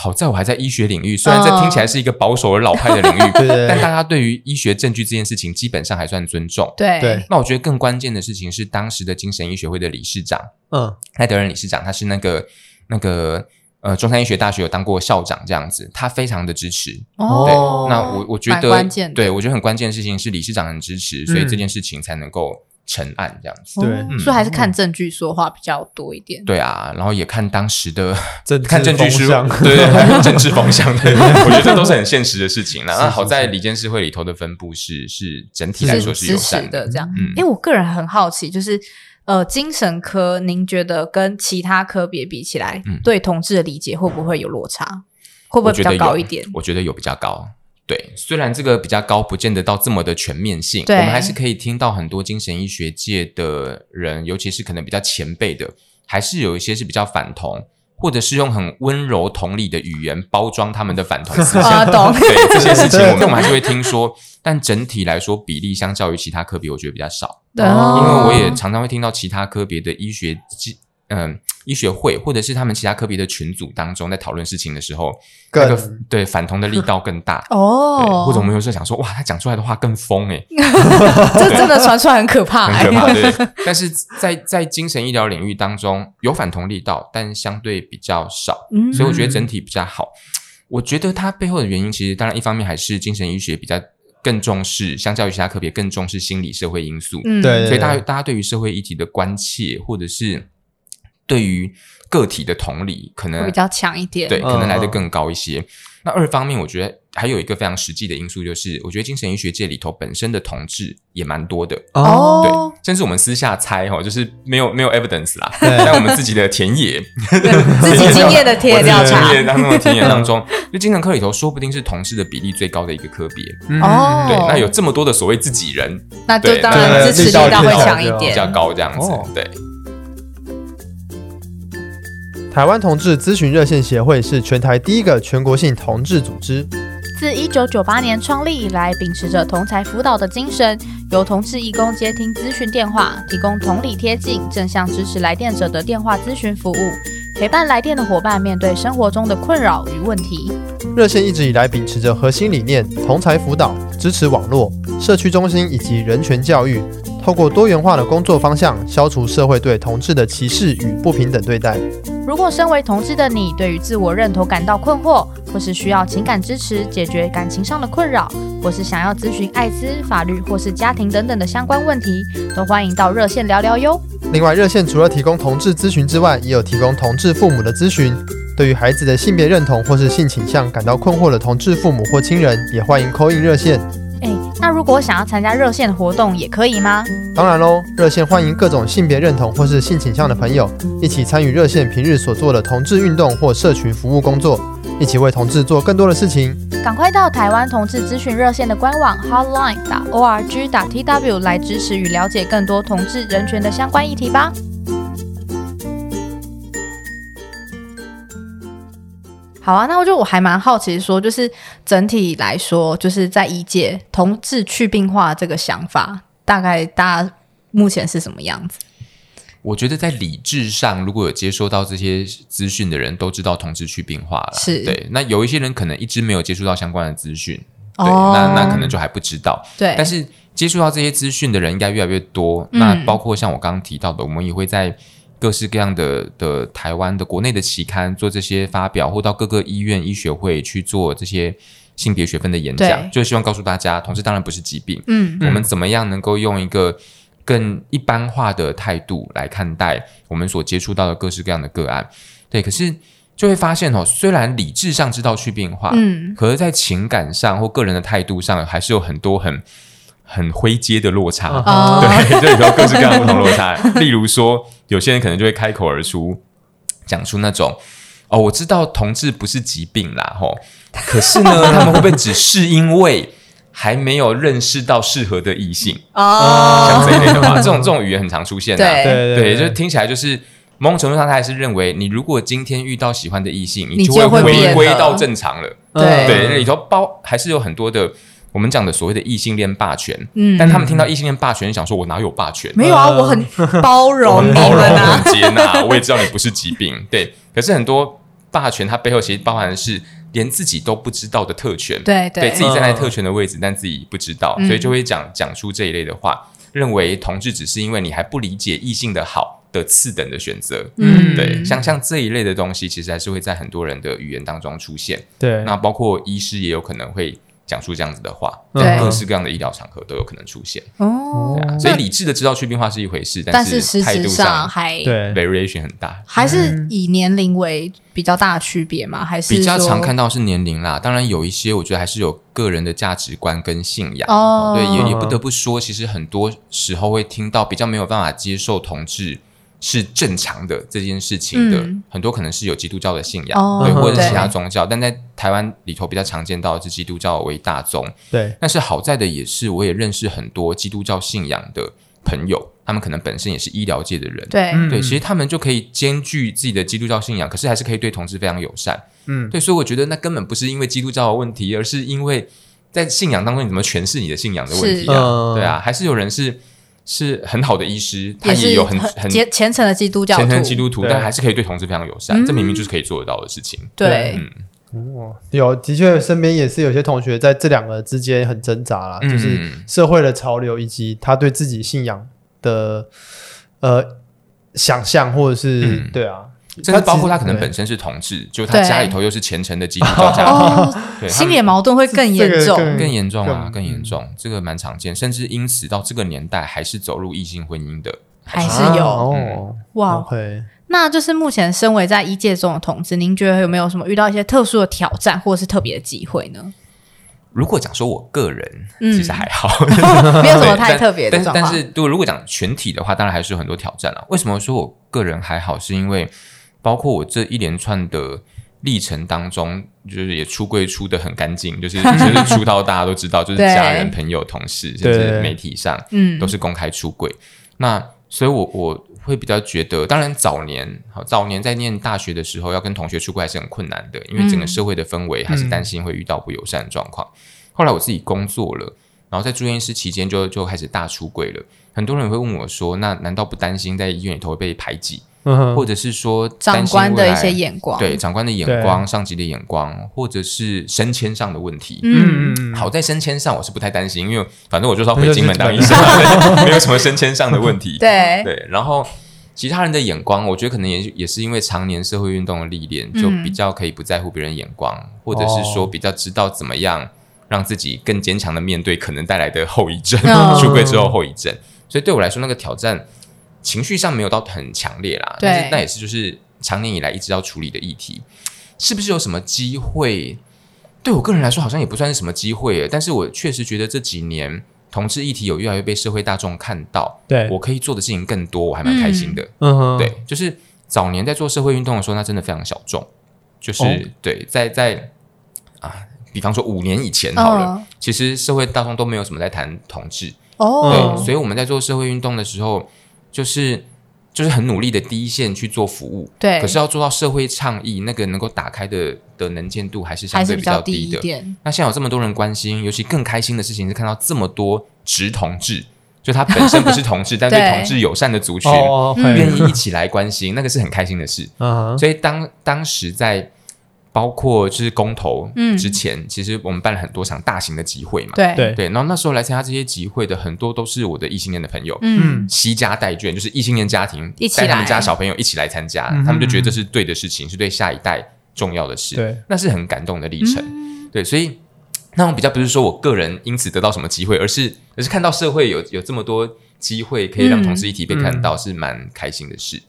Speaker 3: 好在我还在医学领域，虽然这听起来是一个保守而老派的领域，
Speaker 1: 对嗯对
Speaker 3: 但
Speaker 1: 对
Speaker 3: 大家对于医学证据这件事情基本上还算尊重。
Speaker 4: 对
Speaker 1: 对，
Speaker 3: 那我觉得更关键的事情是，当时的精神医学会的理事长
Speaker 1: 嗯
Speaker 3: 赖德仁理事长，他是那个那个呃中山医学大学有当过校长这样子，他非常的支持。对，
Speaker 1: 哦
Speaker 3: 那我我觉
Speaker 4: 蛮
Speaker 3: 得
Speaker 4: 关键的
Speaker 3: 对我觉得很关键的事情是理事长很支持，所以
Speaker 1: 嗯
Speaker 3: 这件事情才能够成案这样子。
Speaker 1: 对
Speaker 4: 哦
Speaker 3: 嗯
Speaker 4: 所以还是看证据说话比较多一点。
Speaker 3: 对啊，然后也看当时的
Speaker 1: 政
Speaker 3: 看证据
Speaker 1: 风
Speaker 3: 书，
Speaker 1: 向
Speaker 3: 对对，还有政治风向的，我觉得这都是很现实的事情啦。
Speaker 1: 是
Speaker 3: 那好在
Speaker 1: 是是
Speaker 3: 理监事会里头的分布是是整体来
Speaker 4: 是
Speaker 3: 说是友
Speaker 4: 支持
Speaker 3: 善
Speaker 4: 的这样。
Speaker 3: 嗯
Speaker 4: 因为我个人很好奇，就是呃，精神科您觉得跟其他科别比起来，
Speaker 3: 嗯
Speaker 4: 对同志的理解会不会有落差？会不
Speaker 3: 我
Speaker 4: 会比
Speaker 3: 觉得
Speaker 4: 较
Speaker 3: 有
Speaker 4: 高一 点？
Speaker 3: 我觉得有比较高。对，虽然这个比较高，不见得到这么的全面性，我
Speaker 4: 对
Speaker 3: 们还是可以听到很多精神医学界的人，尤其是可能比较前辈的，还是有一些是比较反同，或者是用很温柔同理的语言包装他们的反同思想。
Speaker 4: 啊， 懂。
Speaker 3: 对这些事情，
Speaker 1: 对
Speaker 3: 我们我们还是会听说，但整体来说，比例相较于其他科别，我觉得比较少。
Speaker 4: 对
Speaker 3: 因为
Speaker 1: 哦
Speaker 3: 我也常常会听到其他科别的医学技，嗯、医学会或者是他们其他科别的群组当中在讨论事情的时候，
Speaker 1: 更
Speaker 3: 那个对反同的力道更大。
Speaker 4: 哦
Speaker 3: 对，或者我们有时候想说，哇，他讲出来的话更疯哎、
Speaker 4: 这真的传出来很可怕、
Speaker 3: 很可怕。
Speaker 4: 哎
Speaker 3: 对，但是在在精神医疗领域当中有反同力道，但相对比较少，
Speaker 4: 嗯
Speaker 3: 所以我觉得整体比较好。我觉得它背后的原因，其实当然一方面还是精神医学比较更重视，相较于其他科别更重视心理社会因素。
Speaker 4: 嗯
Speaker 1: 对
Speaker 3: 所以大家大家对于社会议题的关切，或者是对于个体的同理，可
Speaker 4: 会
Speaker 3: 能
Speaker 4: 比较强一点。
Speaker 3: 对，
Speaker 1: 嗯
Speaker 3: 可能来得
Speaker 1: 嗯
Speaker 3: 更高一些。那二方面，我觉得还有一个非常实际的因素，就是我觉得精神医学界里头本身的同志也蛮多的，
Speaker 1: 哦，
Speaker 3: 对
Speaker 4: 哦，，
Speaker 3: 甚至我们私下猜哈，就是没有没有 evidence 啦，
Speaker 1: 对
Speaker 3: 但我们自己的田野，
Speaker 4: 自己经验的 田野调
Speaker 3: 我自己的
Speaker 4: 查
Speaker 3: 田。野当中的田野当中，就精神科里头，说不定是同志的比例最高的一个科别。
Speaker 1: 嗯
Speaker 4: 哦
Speaker 3: 对，那有这么多的所谓自己人，
Speaker 4: 那就
Speaker 3: 对
Speaker 4: 当
Speaker 3: 那
Speaker 4: 然
Speaker 3: 个
Speaker 4: 支持
Speaker 1: 力道
Speaker 4: 力道会
Speaker 1: 就
Speaker 4: 强一
Speaker 1: 比
Speaker 3: 比
Speaker 4: 点
Speaker 3: 较。高这样子
Speaker 1: 哦，
Speaker 3: 对。
Speaker 1: 台湾同志咨询热线协会是全台第一个全国性同志组织，
Speaker 2: 自一九九八年创立以来，秉持着同才辅导的精神，由同志义工接听咨询电话，提供同理贴近、正向支持来电者的电话咨询服务，陪伴来电的伙伴面对生活中的困扰与问题。
Speaker 1: 热线一直以来秉持着核心理念，同才辅导、支持网络、社区中心以及人权教育，透过多元化的工作方向，消除社会对同志的歧视与不平等对待。
Speaker 2: 如果身为同志的你，对于自我认同感到困惑，或是需要情感支持解决感情上的困扰，或是想要咨询艾滋、法律或是家庭等等的相关问题，都欢迎到热线聊聊哟。
Speaker 1: 另外，热线除了提供同志咨询之外，也有提供同志父母的咨询。对于孩子的性别认同或是性倾向感到困惑的同志父母或亲人，也欢迎扣印热线。
Speaker 2: 哎，那如果想要参加热线的活动，也可以吗？
Speaker 1: 当然喽，热线欢迎各种性别认同或是性倾向的朋友一起参与热线平日所做的同志运动或社群服务工作，一起为同志做更多的事情。
Speaker 2: 赶快到台湾同志咨询热线的官网 hotline 打 org 打 tw 来支持与了解更多同志人权的相关议题吧。
Speaker 4: 好啊，那我就我还蛮好奇说，就是整体来说，就是在医界同志去病化这个想法，大概大家目前是什么样子？
Speaker 3: 我觉得在理智上，如果有接收到这些资讯的人，都知道同志去病化了。
Speaker 4: 是
Speaker 3: 对，那有一些人可能一直没有接触到相关的资讯，对，
Speaker 4: 哦
Speaker 3: 那那可能就还不知道。
Speaker 4: 对，
Speaker 3: 但是接触到这些资讯的人应该越来越多。
Speaker 4: 嗯
Speaker 3: 那包括像我刚刚提到的，我们也会在各式各样的的台湾的国内的期刊做这些发表，或到各个医院、医学会去做这些性别学分的演讲，
Speaker 4: 对
Speaker 3: 就希望告诉大家，同志当然不是疾病，
Speaker 4: 嗯，
Speaker 3: 我们怎么样能够用一个更一般化的态度来看待我们所接触到的各式各样的个案？对，可是就会发现哦，虽然理智上知道去变化，
Speaker 4: 嗯，
Speaker 3: 可是在情感上或个人的态度上，还是有很多很很灰阶的落差。
Speaker 1: 啊
Speaker 4: 哦，
Speaker 3: 对，就有各式各样不同落 差。例如说，有些人可能就会开口而出，讲出那种。哦，我知道同志不是疾病 啦，吼，可是呢，他们会不会只是因为还没有认识到适合的异性，像
Speaker 4: 哦
Speaker 3: 这一类的话，这种这种语言很常出现的、啊
Speaker 4: 对
Speaker 1: 对
Speaker 3: 对，就听起来就是某种程度上，他还是认为你如果今天遇到喜欢的异性，
Speaker 4: 你
Speaker 3: 就
Speaker 4: 就会
Speaker 3: 回
Speaker 4: 变
Speaker 3: 归
Speaker 4: 了
Speaker 3: 到正常了。
Speaker 4: 对
Speaker 3: 对，里头包还是有很多的我们讲的所谓的异性恋霸权，
Speaker 4: 嗯
Speaker 3: 但他们听到异性恋霸权，想说我哪有霸权？
Speaker 4: 没有啊，
Speaker 1: 呃
Speaker 4: 我很包
Speaker 3: 我
Speaker 4: 容
Speaker 3: 很
Speaker 4: 你
Speaker 3: 包容，
Speaker 4: 们
Speaker 3: 我
Speaker 4: 啊，
Speaker 3: 很接纳，我也知道你不是疾病，对。可是很多霸权，它背后其实包含的是连自己都不知道的特权，
Speaker 4: 对
Speaker 3: 对自己站在
Speaker 1: 嗯
Speaker 3: 特权的位置，但自己不知道，
Speaker 4: 嗯
Speaker 3: 所以就会讲讲出这一类的话，认为同志只是因为你还不理解异性的好的次等的选择。
Speaker 1: 嗯
Speaker 3: 对，像像这一类的东西，其实还是会在很多人的语言当中出现。
Speaker 1: 对
Speaker 3: 那包括医师也有可能会讲出这样子的话，
Speaker 4: 对
Speaker 3: 各式各样的医疗场合都有可能出现。
Speaker 4: 哦
Speaker 3: 嗯对，啊，所以理智的知道去病化是一回事，
Speaker 4: 但
Speaker 3: 是
Speaker 4: 是实
Speaker 3: 态
Speaker 4: 质
Speaker 3: 度
Speaker 4: 上还
Speaker 1: 对
Speaker 3: variation 很大。
Speaker 4: 还是以年龄为比较大的区别吗？还是
Speaker 3: 比较
Speaker 4: 说
Speaker 3: 常看到是年龄啦，当然有一些我觉得还是有个人的价值观跟信仰。
Speaker 4: 哦
Speaker 3: 对，也也
Speaker 1: 嗯
Speaker 3: 不得不说，其实很多时候会听到比较没有办法接受同志是正常的这件事情的，
Speaker 4: 嗯
Speaker 3: 很多可能是有基督教的信仰，
Speaker 4: 哦
Speaker 3: 对，或者
Speaker 1: 对
Speaker 3: 是其他宗教，但在台湾里头比较常见到的是基督教为大宗。
Speaker 1: 对，
Speaker 3: 但是好在的也是，我也认识很多基督教信仰的朋友，他们可能本身也是医疗界的人。
Speaker 4: 对，
Speaker 1: 嗯
Speaker 3: 对，其实他们就可以兼具自己的基督教信仰，可是还是可以对同志非常友善。
Speaker 1: 嗯，
Speaker 3: 对，所以我觉得那根本不是因为基督教的问题，而是因为在信仰当中你怎么诠释你的信仰的问题
Speaker 1: 是
Speaker 3: 啊
Speaker 1: 嗯？
Speaker 3: 对啊，还是有人是是很好的医师，他
Speaker 4: 也是
Speaker 3: 有很很
Speaker 4: 虔虔诚的基督教徒，
Speaker 3: 虔诚基督徒，
Speaker 1: 对
Speaker 3: 但还是可以对同志非常友善，
Speaker 4: 嗯
Speaker 3: 这明明就是可以做得到的事情。
Speaker 4: 对，
Speaker 3: 嗯，
Speaker 1: 哦，有的确身边也是有些同学在这两个之间很挣扎啦，
Speaker 3: 嗯
Speaker 1: 就是社会的潮流以及他对自己信仰的呃想象，或者是、
Speaker 3: 嗯
Speaker 1: 对啊，
Speaker 3: 甚至包括他可能
Speaker 1: 对
Speaker 3: 本身是同志，就他家里头又是虔诚的基督教家庭，
Speaker 4: 哦，
Speaker 3: 嗯 对，他
Speaker 4: 心
Speaker 3: 们
Speaker 4: 理矛盾会更严
Speaker 1: 这个
Speaker 4: 重，
Speaker 1: 更
Speaker 3: 更严重啊，
Speaker 1: 嗯更
Speaker 3: 更严重，这个蛮常见，甚至因此到这个年代还是走入异性婚姻的。
Speaker 4: 还是
Speaker 1: 啊
Speaker 4: 有
Speaker 1: 哦，
Speaker 3: 嗯
Speaker 4: 哇
Speaker 1: o。k
Speaker 4: 那就是目前身为在医界中的同志，您觉得有没有什么遇到一些特殊的挑战或者是特别的机会 呢？
Speaker 3: 如果讲说我个人，
Speaker 4: 嗯
Speaker 3: 其实还 好，
Speaker 4: 没有什么
Speaker 3: 对
Speaker 4: 太
Speaker 3: 但
Speaker 4: 特别的
Speaker 3: 但
Speaker 4: 状
Speaker 3: 但
Speaker 4: 况。
Speaker 3: 是，如果如果讲全体的话，当然还是有很多挑战了、为什么说我个人还好？是因为包括我这一连串的历程当中，就是也出柜出的很干净，就是就是出到大家都知道，就是
Speaker 4: 对
Speaker 3: 家人、朋友、同事，甚
Speaker 1: 对
Speaker 3: 至媒体上
Speaker 4: 嗯
Speaker 3: 都是公开出柜。那所以我，我会比较觉得，当然早年好早年在念大学的时候，要跟同学出柜还是很困难的，因为整个
Speaker 4: 嗯
Speaker 3: 社会的氛围还是担心会遇到不友善的状况。后来我自己工作了，然后在住院医师期间就就开始大出柜了。很多人会问我说：“那难道不担心在医院里头会被排挤，
Speaker 1: 嗯哼，
Speaker 3: 或者是说
Speaker 4: 长
Speaker 3: 担心
Speaker 4: 官的
Speaker 3: 未
Speaker 4: 一
Speaker 3: 来
Speaker 4: 些眼光，
Speaker 3: 对长官的眼光、上级的眼光，或者是升迁上的问题？”
Speaker 4: 嗯，
Speaker 1: 嗯
Speaker 3: 好在升迁上我是不太担心，因为反正我就是要回
Speaker 1: 就是
Speaker 3: 金门当医
Speaker 1: 金
Speaker 3: 生啊， 对没有什么升迁上的问 题。
Speaker 4: 对，
Speaker 3: 对，然后其他人的眼光，我觉得可能也也是因为常年社会运动的历练，就
Speaker 4: 嗯
Speaker 3: 比较可以不在乎别人眼光，或者是说比较知道怎么样让自己更坚强的面对可能带来的后遗症，
Speaker 4: 嗯
Speaker 3: 出柜之后后遗症。所以对我来说，那个挑战情绪上没有到很强烈啦，但是
Speaker 4: 对
Speaker 3: 那也是就是常年以来一直要处理的议题，是不是有什么机会？对我个人来说好像也不算是什么机会耶，但是我确实觉得这几年同志议题有越来越被社会大众看到，
Speaker 4: 哎
Speaker 1: 对
Speaker 3: 我可以做的事情更多，我还蛮开心的。
Speaker 1: 嗯哼，
Speaker 3: 对，就是早年在做社会运动的时候，那真的非常小众，就是、
Speaker 1: 哦
Speaker 3: 对，在在啊，比方说五年以前好了，
Speaker 4: 嗯
Speaker 3: 其实社会大众都没有什么在谈同志，
Speaker 4: 哦，
Speaker 3: 对，所以我们在做社会运动的时候，就是就是很努力的第一线去做服务，
Speaker 4: 对
Speaker 3: 可是要做到社会倡议，那个能够打开的的能见度还是相
Speaker 4: 还是
Speaker 3: 对
Speaker 4: 比
Speaker 3: 较
Speaker 4: 低一
Speaker 3: 的。
Speaker 4: 点。
Speaker 3: 那现在有这么多人关心，尤其更开心的事情是看到这么多直同志，就他本身不 是同志，但对
Speaker 4: 对
Speaker 3: 同志友善的族群，
Speaker 1: 哦，
Speaker 4: 嗯
Speaker 1: 愿
Speaker 3: 愿
Speaker 1: 意，
Speaker 3: 意一起来关心， 那个是很开心的事。
Speaker 1: 嗯哼，
Speaker 3: 所以当当时在包括就是公投
Speaker 4: 嗯
Speaker 3: 之前，其实我们办了很多场大型的集会嘛，
Speaker 4: 对
Speaker 1: 对，
Speaker 3: 对，然后那时候来参加这些集会的很多都是我的异性恋的朋友，
Speaker 1: 嗯
Speaker 4: 嗯，
Speaker 3: 惜家带眷，就是异性恋家庭
Speaker 4: 一起
Speaker 3: 带他们
Speaker 4: 来
Speaker 3: 家小朋友一起来参加，
Speaker 1: 嗯
Speaker 3: 他们就觉得这是对的事情，是对下一代重要的事，
Speaker 1: 对，
Speaker 3: 那是很感动的历程。
Speaker 4: 嗯
Speaker 3: 对，所以那种比较不是说我个人因此得到什么机会，而是而是看到社会有有这么多机会可以让
Speaker 4: 嗯
Speaker 3: 同志议题被看到，是蛮开心的事。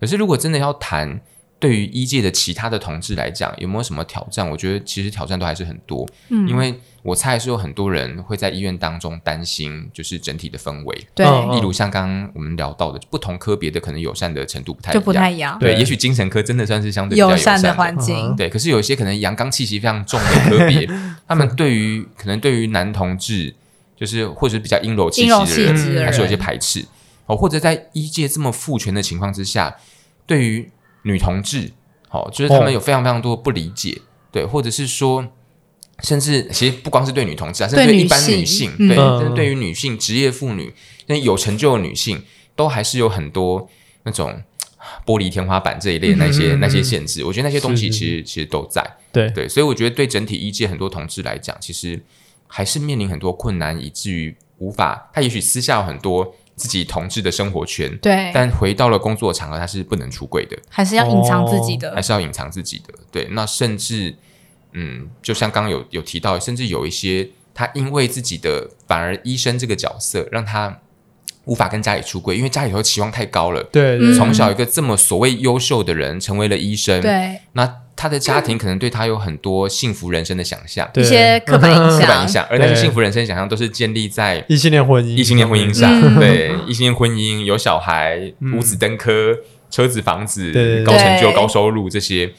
Speaker 3: 可是如果真的要谈对于一届的其他的同志来讲，有没有什么挑战？我觉得其实挑战都还是很多，
Speaker 4: 嗯
Speaker 3: 因为我猜是有很多人会在医院当中担心，就是整体的氛围。
Speaker 4: 对
Speaker 1: 嗯
Speaker 3: 例如像刚刚我们聊到的，不同科别的可能友善的程度不太
Speaker 4: 就不太
Speaker 3: 一
Speaker 4: 一
Speaker 3: 样。
Speaker 4: 样，
Speaker 3: 对，
Speaker 1: 对
Speaker 3: 也许精神科真的算是相对比
Speaker 4: 友
Speaker 3: 较友善
Speaker 4: 善
Speaker 3: 的
Speaker 4: 的环
Speaker 1: 嗯
Speaker 4: 境，
Speaker 3: 对，可是有一些可能阳刚气息非常重的科 别，他们对于可能对于男同志，就是或者是比较阴柔气
Speaker 4: 阴柔
Speaker 3: 息
Speaker 4: 气
Speaker 3: 的
Speaker 1: 质的
Speaker 3: 人，还是有
Speaker 4: 人
Speaker 3: 些排斥哦，或者在医界这么父权的情况之下，对于女同志，哦，就是他
Speaker 1: 哦
Speaker 3: 们有非常非常多不理解，对，或者是说。甚至其实不光是对女同志啊，甚至
Speaker 4: 对
Speaker 3: 对一
Speaker 4: 女
Speaker 3: 般
Speaker 4: 性
Speaker 3: 女性，
Speaker 4: 嗯
Speaker 3: 对，
Speaker 1: 嗯
Speaker 3: 甚至对于女性、职业妇女、那有成就的女性，都还是有很多那种玻璃天花板这一类的那些、
Speaker 1: 嗯
Speaker 3: 那些限制。我觉得那些东西
Speaker 1: 是是
Speaker 3: 其实其实都在。
Speaker 1: 对，
Speaker 3: 对，所以我觉得对整体一届很多同志来讲，其实还是面临很多困难，以至于无法。他也许私下有很多自己同志的生活圈，
Speaker 4: 对，
Speaker 3: 但回到了工作场合，他是不能出柜的，
Speaker 4: 还是要隐藏自己
Speaker 3: 哦还
Speaker 4: 的，
Speaker 3: 是要隐藏自己的。对，那甚至嗯，就像刚刚有有提到，甚至有一些他因为自己的反而医生这个角色，让他无法跟家里出柜，因为家里头期望太高了。
Speaker 1: 对，
Speaker 4: 嗯
Speaker 1: 对
Speaker 3: 从小一个这么所谓优秀的人成为了医生，
Speaker 4: 对，
Speaker 3: 那他的家庭可能对他有很多幸福人生的想象、
Speaker 1: 对
Speaker 4: 一些刻板印
Speaker 3: 刻板
Speaker 4: 象
Speaker 3: 印，象，而那些
Speaker 1: 对嗯
Speaker 3: 幸福人生想象都是建立在
Speaker 1: 异性恋婚姻，
Speaker 3: 异性恋婚姻上，
Speaker 4: 嗯
Speaker 3: 对异性恋婚姻有小孩、
Speaker 1: 嗯
Speaker 3: 五子登科、车子、房子、
Speaker 1: 对对对
Speaker 3: 高成就、
Speaker 4: 对
Speaker 3: 高收入这些，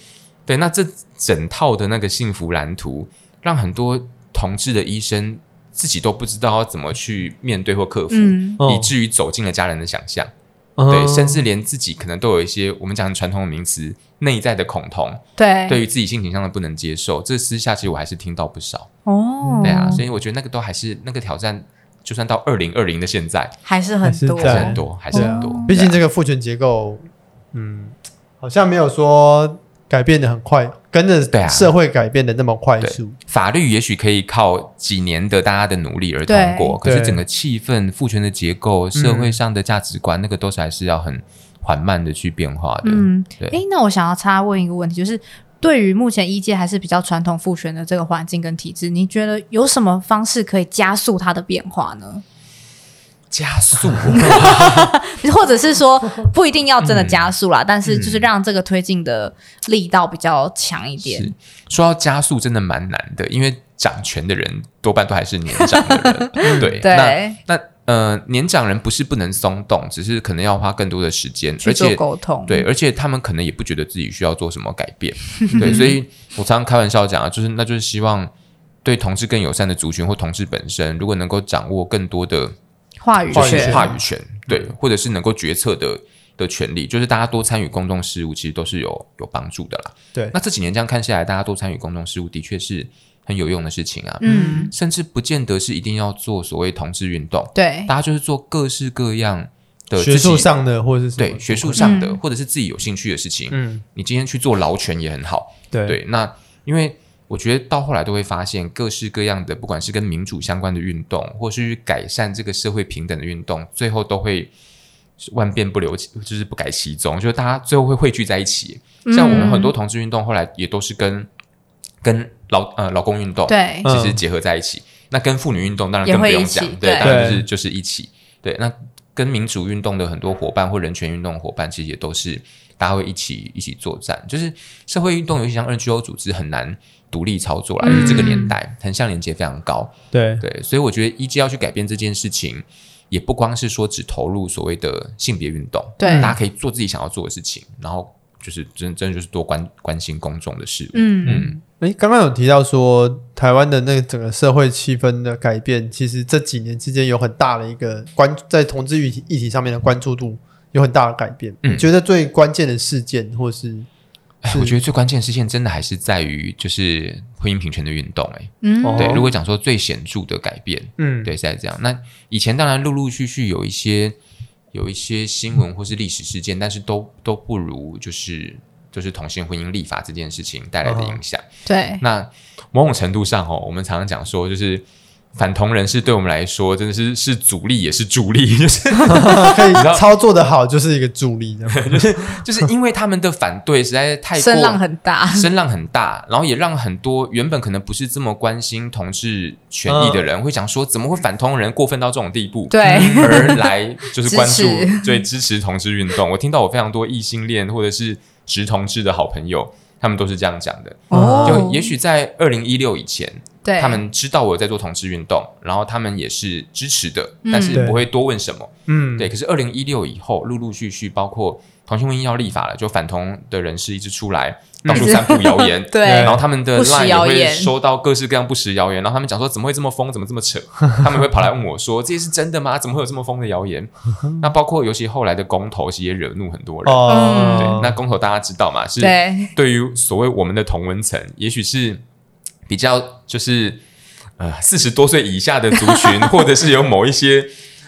Speaker 3: 对，那这整套的那个幸福蓝图，让很多同志的医生自己都不知道要怎么去面对或克服，
Speaker 4: 嗯，
Speaker 1: 哦，
Speaker 3: 以至于走进了家人的想象。
Speaker 1: 嗯
Speaker 3: 对，甚至连自己可能都有一些我们讲传统的名词内在的恐同，
Speaker 4: 对，
Speaker 3: 对于自己性倾向的不能接受，这私下其实我还是听到不少。
Speaker 4: 哦，
Speaker 3: 对啊，所以我觉得那个都还是那个挑战，就算到二零二零的现在，
Speaker 4: 还是很多，
Speaker 1: 对
Speaker 3: 还是很多，还是很多
Speaker 4: 哦。
Speaker 1: 毕竟这
Speaker 3: 对啊
Speaker 1: 个父权结构，嗯，好像没有说改变的很快，跟
Speaker 3: 对
Speaker 1: 着
Speaker 3: 啊
Speaker 1: 社会改变的那么快速。
Speaker 3: 法律也许可以靠几年的大家的努力而通过，可
Speaker 1: 对
Speaker 3: 是整个气氛、父权的结
Speaker 1: 嗯
Speaker 3: 构、社会上的价值观，那个都是还是要很缓慢的去变化的。
Speaker 4: 嗯，
Speaker 3: 对
Speaker 4: 诶，那我想要插问一个问题，就是对于目前医界还是比较传统父权的这个环境跟体制，你觉得有什么方式可以加速它的变化呢？
Speaker 3: 加速，
Speaker 4: 或者是 说不一定要
Speaker 3: 嗯
Speaker 4: 真的加速啦，但是就是让这个推进的力道比较强一点
Speaker 3: 是。说要加速真的蛮难的，因为掌权的人多半都还是年长的人。对，
Speaker 4: 对
Speaker 3: 那那呃，年长人不是不能松动，只是可能要花更多的时间，
Speaker 4: 去
Speaker 3: 而
Speaker 4: 做
Speaker 3: 且
Speaker 4: 沟通，
Speaker 3: 对，而且他们可能也不觉得自己需要做什么改变。 对，所以我常常开玩笑讲啊，就是那就是希望对同志更友善的族群或同志本身，如果能够掌握更多的
Speaker 4: 话语
Speaker 3: 就是
Speaker 4: 权，
Speaker 3: 话语权，
Speaker 4: 嗯
Speaker 3: 对，或者是能够决策的的权利，就是大家多参与公众事务，其实都是有有帮助的啦。
Speaker 1: 对
Speaker 3: 那这几年这样看下来，大家多参与公众事务的确是很有用的事情啊，
Speaker 4: 嗯，
Speaker 3: 甚至不见得是一定要做所谓同志运动，
Speaker 4: 对，
Speaker 3: 大家就是做各式各样的
Speaker 1: 学
Speaker 3: 自己
Speaker 1: 术上的或者是什么
Speaker 3: 对学术上的，
Speaker 4: 嗯
Speaker 3: 或者是自己有兴趣的事情，
Speaker 1: 嗯，
Speaker 3: 你今天去做劳权也很好。
Speaker 1: 对
Speaker 3: 对，那因为我觉得到后来都会发现，各式各样的，不管是跟民主相关的运动，或是去改善这个社会平等的运动，最后都会万变不留其，就是不改其宗，就是大家最后会汇聚在一起。像我
Speaker 4: 嗯
Speaker 3: 们很多同志运动，后来也都是跟跟劳呃劳工运动
Speaker 4: 对
Speaker 1: 嗯
Speaker 3: 其实结合在一起。那跟妇女运动当然
Speaker 4: 也
Speaker 3: 更不
Speaker 4: 会
Speaker 3: 用
Speaker 4: 一起
Speaker 3: 讲，
Speaker 4: 对
Speaker 3: 当然就
Speaker 1: 对
Speaker 3: 是就是一起。对，那跟民主运动的很多伙伴或人权运动的伙伴，其实也都是大家会一起一起作战。就是社会运动，尤其像 NGO 组织，很难独立操作啦，
Speaker 4: 嗯
Speaker 3: 因为这个年代横向连接非常高。
Speaker 1: 对
Speaker 3: 对，所以我觉得一 G 要去改变这件事情，也不光是说只投入所谓的性别运动，
Speaker 4: 对
Speaker 3: 大家可以做自己想要做的事情，然后就是真真的就是多关关心公众的事物。
Speaker 4: 嗯，
Speaker 1: 诶，刚刚有提到说，台湾的那个整个社会气氛的改变，其实这几年之间有很大的一个关，在同志议题议题上面的关注度有很大的改变。
Speaker 3: 嗯
Speaker 1: 你觉得最关键的事件，或是
Speaker 3: 哎我觉得最关键的事件真的还是在于就是婚姻平权的运动、哎，
Speaker 4: 嗯
Speaker 1: 哦
Speaker 3: 对，如果讲说最显著的改变，
Speaker 1: 嗯，
Speaker 3: 对，是在这样。那以前当然陆陆续续有一些有一些新闻或是历史事件，但是都都不如就是就是同性婚姻立法这件事情带来
Speaker 4: 嗯
Speaker 3: 的影响。
Speaker 4: 对，
Speaker 3: 那某种程度上哦，我们常常讲说，就是反同人士对我们来说真的是是阻力也是助力， 就是
Speaker 1: 呃可以
Speaker 3: 知道
Speaker 1: 操作的好就是一个助力，这样
Speaker 3: 就是因为他们的反对实在是太过
Speaker 4: 声浪很 大，
Speaker 3: 声浪很大，然后也让很多原本可能不是这么关心同志权益的人，会想说怎么会反同人过分到这种地步？
Speaker 4: 嗯对
Speaker 3: 而来就是 关注
Speaker 4: 支持
Speaker 3: 对支持同志运动。我听到我非常多异性恋或者是直同志的好朋友，他们都是这样讲的。
Speaker 1: 哦
Speaker 3: 就也许在二零一六以前，
Speaker 4: 对
Speaker 3: 他们知道我有在做同志运动，然后他们也是支持的，
Speaker 4: 嗯，
Speaker 3: 但是不会多问什么。
Speaker 1: 嗯，
Speaker 3: 对，可是二零一六以后，陆陆续续包括同性婚姻要立法了，就反同的人士一直出来到处散布谣言
Speaker 4: 嗯对
Speaker 3: 然后他们的
Speaker 4: 不实
Speaker 3: line 也
Speaker 4: 谣
Speaker 3: 会
Speaker 4: 言
Speaker 3: 收到各式各样不实谣言，然后他们讲说怎么会这么疯，怎么这么扯，他们会跑来问我说这些是真的吗？怎么会有这么疯的谣言？那包括尤其后来的公投，其实也惹怒很多人。
Speaker 1: 哦，
Speaker 4: 嗯
Speaker 3: 对，那公投大家知道嘛？是
Speaker 4: 对
Speaker 3: 对于所谓我们的同文层，也许是比较就是呃四十多岁以下的族 群，或者是有某一些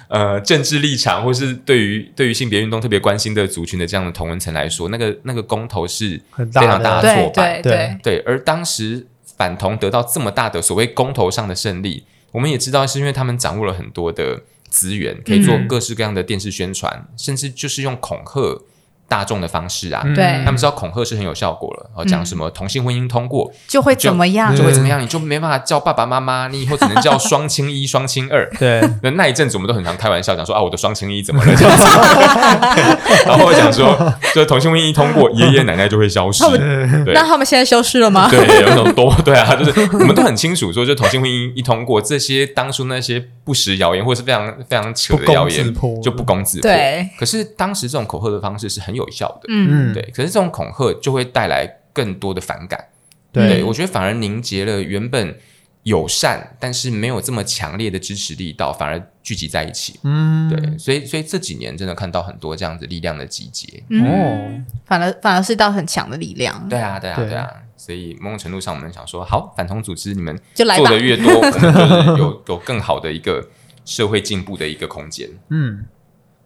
Speaker 3: 呃政治立场，或是对于对于性别运动特别关心的族群的这样的同文层来说，那个那个公投是
Speaker 1: 很大
Speaker 3: 非常
Speaker 1: 的
Speaker 3: 大的
Speaker 4: 对
Speaker 3: 挫
Speaker 4: 对
Speaker 3: 败。
Speaker 1: 对
Speaker 4: 对，
Speaker 3: 对，而当时反同得到这么大的所谓公投上的胜利，我们也知道是因为他们掌握了很多的资源，可以做
Speaker 1: 嗯
Speaker 3: 各式各样的电视宣传，甚至就是用恐吓大众的方式啊。
Speaker 1: 嗯
Speaker 4: 对
Speaker 3: 他们知道恐吓是很有效果了，哦，
Speaker 4: 嗯
Speaker 3: 讲什么同性婚姻通过
Speaker 4: 就会怎么样
Speaker 1: 嗯
Speaker 3: 就？会怎么样，你就没办法叫爸爸妈妈，你以后只能叫双亲一、双亲二。
Speaker 1: 对，
Speaker 3: 那那一阵子，我们都很常开玩笑讲说啊，我的双亲一 怎么了？ 这样子然后我讲说，就是同性婚姻一通过，爷爷奶奶就会消失。对
Speaker 4: 那他们现在消失了吗？
Speaker 3: 对，有那种多 对啊，就是我们都很清楚说，就同性婚姻一通过，这些当初那些不实谣言或者是非常非常扯
Speaker 1: 不
Speaker 3: 的谣
Speaker 1: 攻自
Speaker 3: 言
Speaker 1: 破
Speaker 3: 就不攻自破。
Speaker 4: 对，
Speaker 3: 可是当时这种恐吓的方式是很有效的，
Speaker 4: 嗯，
Speaker 1: 嗯
Speaker 3: 对。可是这种恐吓就会带来更多的反感，对
Speaker 1: 对
Speaker 3: 我觉得反而凝结了原本友善但是没有这么强烈的支持力道，反而聚集在一起。
Speaker 1: 嗯
Speaker 3: 对，所以所以这几年真的看到很多这样子力量的集结。
Speaker 1: 哦
Speaker 4: 嗯，反而反而是到很强的力量，
Speaker 3: 对啊，对啊，
Speaker 1: 对
Speaker 3: 对啊。所以某种程度上，我们想说，好，反同组织你们
Speaker 4: 就来
Speaker 3: 做
Speaker 4: 吧
Speaker 3: 的，越多，我们就是有有更好的一个社会进步的一个空间。
Speaker 1: 嗯，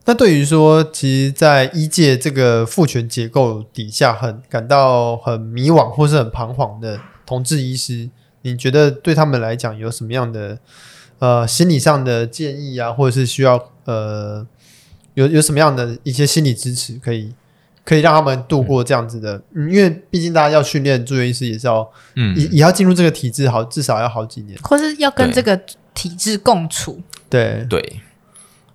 Speaker 1: 那对于说，其实，在医界这个父权结构底下很，感到很迷惘或是很彷徨的同志医师，你觉得对他们来讲有什么样的呃心理上的建议啊，或者是需要呃有有什么样的一些心理支持，可以可以让他们度过这样子的？嗯，因为毕竟大家要训练住院医师，也是要也
Speaker 3: 嗯，
Speaker 1: 也要进入这个体制好，至少要好几年。
Speaker 4: 或是要跟
Speaker 3: 对
Speaker 4: 这个体制共处，
Speaker 1: 对，
Speaker 3: 对，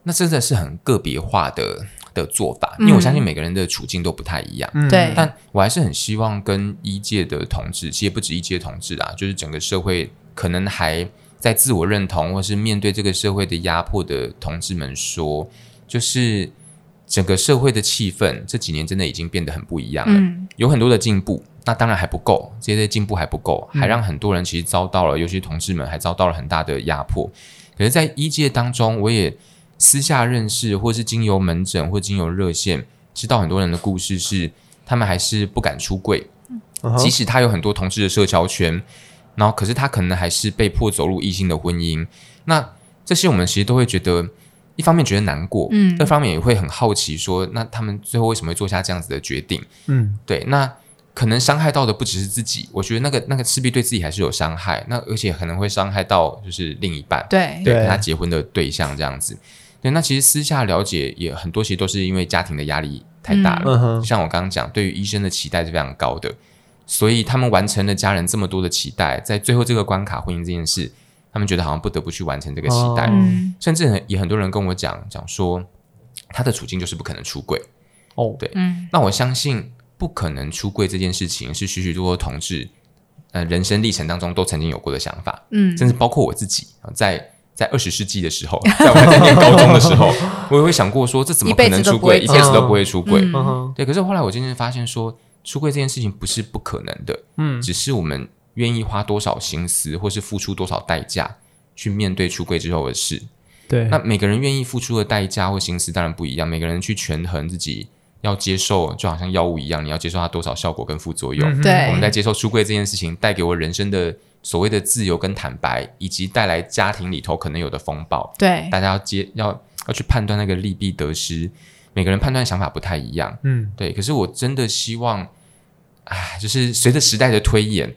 Speaker 3: 那真的是很个别化的的做法，因为我相
Speaker 4: 嗯
Speaker 3: 信每个人的处境都不太一样。
Speaker 1: 嗯
Speaker 4: 对
Speaker 3: 但我还是很希望跟一届的同志，其实不止一届同志啊，就是整个社会可能还在自我认同，或是面对这个社会的压迫的同志们说，就是整个社会的气氛这几年真的已经变得很不一样了。
Speaker 4: 嗯，
Speaker 3: 有很多的进步，那当然还不够，这些进步还不够，还让很多人其实遭到了，尤其是同志们还遭到了很大的压迫。可是，在医界当中，我也私下认识，或是经由门诊或经由热线，知道很多人的故事是，他们还是不敢出柜，
Speaker 1: 嗯哼
Speaker 3: 即使他有很多同志的社交圈，然后可是他可能还是被迫走入异性的婚姻。那这些我们其实都会觉得，一方面觉得难过，
Speaker 4: 嗯
Speaker 3: 二方面也会很好奇说，那他们最后为什么会做下这样子的决定？
Speaker 1: 嗯
Speaker 3: 对，那可能伤害到的不只是自己，我觉得那个那个势必对自己还是有伤害，那而且可能会伤害到就是另一半，
Speaker 4: 对
Speaker 1: 对
Speaker 3: 对，跟他结婚的对象这样子。对，那其实私下了解也很多，其实都是因为家庭的压力太大了。
Speaker 1: 嗯哼
Speaker 3: 就像我刚刚讲，对于医生的期待是非常高的，所以他们完成了家人这么多的期待，在最后这个关卡婚姻这件事，他们觉得好像不得不去完成这个期待。
Speaker 1: 哦
Speaker 4: 嗯
Speaker 3: 甚至很也很多人跟我讲讲说，他的处境就是不可能出柜。
Speaker 1: 哦，
Speaker 3: 对
Speaker 4: 嗯
Speaker 3: 那我相信不可能出柜这件事情是许许多多同志呃人生历程当中都曾经有过的想法，
Speaker 4: 嗯
Speaker 3: 甚至包括我自己啊在。在二十世纪的时候，在我还在念高中的时 候，我也会想过说，这怎么可能出柜？
Speaker 4: 一
Speaker 3: 一
Speaker 1: 辈
Speaker 3: 辈
Speaker 1: 子
Speaker 3: 子
Speaker 1: 都
Speaker 3: 都
Speaker 1: 不
Speaker 3: 不
Speaker 1: 会
Speaker 3: 会出柜。
Speaker 4: 嗯
Speaker 1: 嗯哼
Speaker 3: 对，可是后来我渐渐发现说，出柜这件事情不是不可能的，
Speaker 1: 嗯
Speaker 3: 只是我们愿意花多少心思，或是付出多少代价去面对出柜之后的事。
Speaker 1: 对，
Speaker 3: 那每个人愿意付出的代价或心思当然不一样，每个人去权衡自己要接受，就好像药物一样，你要接受它多少效果跟副作用。
Speaker 1: 嗯哼
Speaker 4: 对
Speaker 3: 我们在接受出柜这件事情带给我人生的所谓的自由跟坦白，以及带来家庭里头可能有的风暴，
Speaker 4: 对
Speaker 3: 大家要接要要去判断那个利弊得失，每个人判断想法不太一样。
Speaker 1: 嗯
Speaker 3: 对，可是我真的希望，哎，就是随着时代的推演，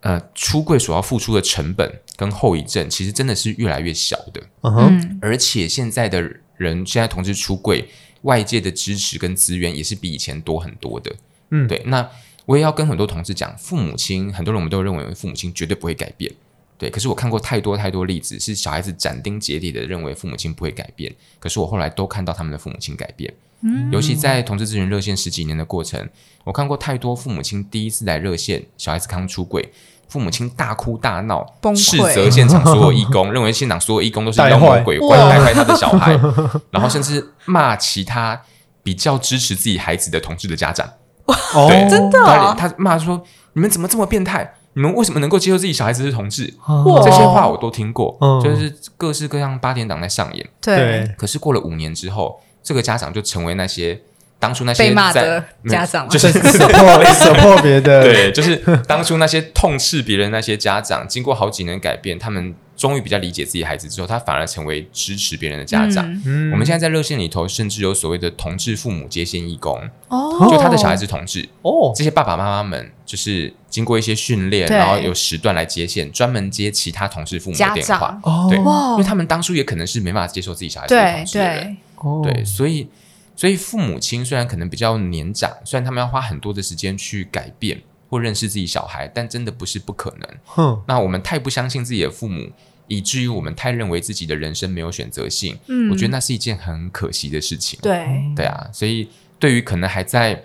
Speaker 3: 呃，出柜所要付出的成本跟后遗症，其实真的是越来越小的。
Speaker 1: 嗯哼，
Speaker 4: 嗯
Speaker 3: 而且现在的人，现在同志出柜，外界的支持跟资源也是比以前多很多的。
Speaker 1: 嗯
Speaker 3: 对，那我也要跟很多同志讲，父母亲，很多人我们都认为父母亲绝对不会改变。对，可是我看过太多太多例子，是小孩子斩钉截铁的认为父母亲不会改变，可是我后来都看到他们的父母亲改变。
Speaker 4: 嗯
Speaker 3: 尤其在同志咨询热线十几年的过程，我看过太多父母亲第一次来热线，小孩子刚出柜，父母亲大哭大闹，
Speaker 4: 崩溃
Speaker 3: 斥责现场所有义工，认为现场所有义工都是妖魔鬼怪，
Speaker 4: 带坏
Speaker 3: 带坏他的小孩，然后甚至骂其他比较支持自己孩子的同志的家长，
Speaker 1: 哦
Speaker 3: 嗯对，
Speaker 4: 真的
Speaker 3: 他他骂说你们怎么这么变态？你们为什么能够接受自己小孩子是同志？
Speaker 4: 哇
Speaker 3: 这些话我都听过，
Speaker 1: 嗯
Speaker 3: 就是各式各样八点档在上演。
Speaker 4: 对，
Speaker 3: 可是过了五年之后，这个家长就成为那些当初那些
Speaker 4: 被骂
Speaker 3: 在
Speaker 4: 的
Speaker 3: 没有
Speaker 4: 家长啊
Speaker 3: 就
Speaker 1: 这
Speaker 3: 是
Speaker 1: support support 别的，
Speaker 3: 对，就是当初那些痛斥别人那些家长，经过好几年改变，他们终于比较理解自己孩子之后，他反而成为支持别人的家长。
Speaker 4: 嗯
Speaker 1: 嗯，
Speaker 3: 我们现在在热线里头，甚至有所谓的同志父母接线义工，
Speaker 4: 哦，
Speaker 3: 就他的小孩子同志，
Speaker 1: 哦，
Speaker 3: 这些爸爸妈妈们就是经过一些训练，
Speaker 4: 对
Speaker 3: 然后有时段来接线，专门接其他同志父母的
Speaker 4: 家
Speaker 3: 电话
Speaker 4: 长。
Speaker 1: 哦，
Speaker 3: 对，
Speaker 4: 哇
Speaker 3: 因为他们当初也可能是没办法接受自己小孩子是
Speaker 4: 对
Speaker 3: 同志的人，
Speaker 4: 对
Speaker 1: 哦
Speaker 3: 对，所以所以父母亲虽然可能比较年长，虽然他们要花很多的时间去改变或认识自己小孩，但真的不是不可能。
Speaker 1: 哼，
Speaker 3: 那我们太不相信自己的父母，以至于我们太认为自己的人生没有选择性，
Speaker 4: 嗯
Speaker 3: 我觉得那是一件很可惜的事情。
Speaker 4: 对
Speaker 3: 对啊，所以对于可能还在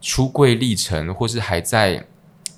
Speaker 3: 出柜历程，或是还在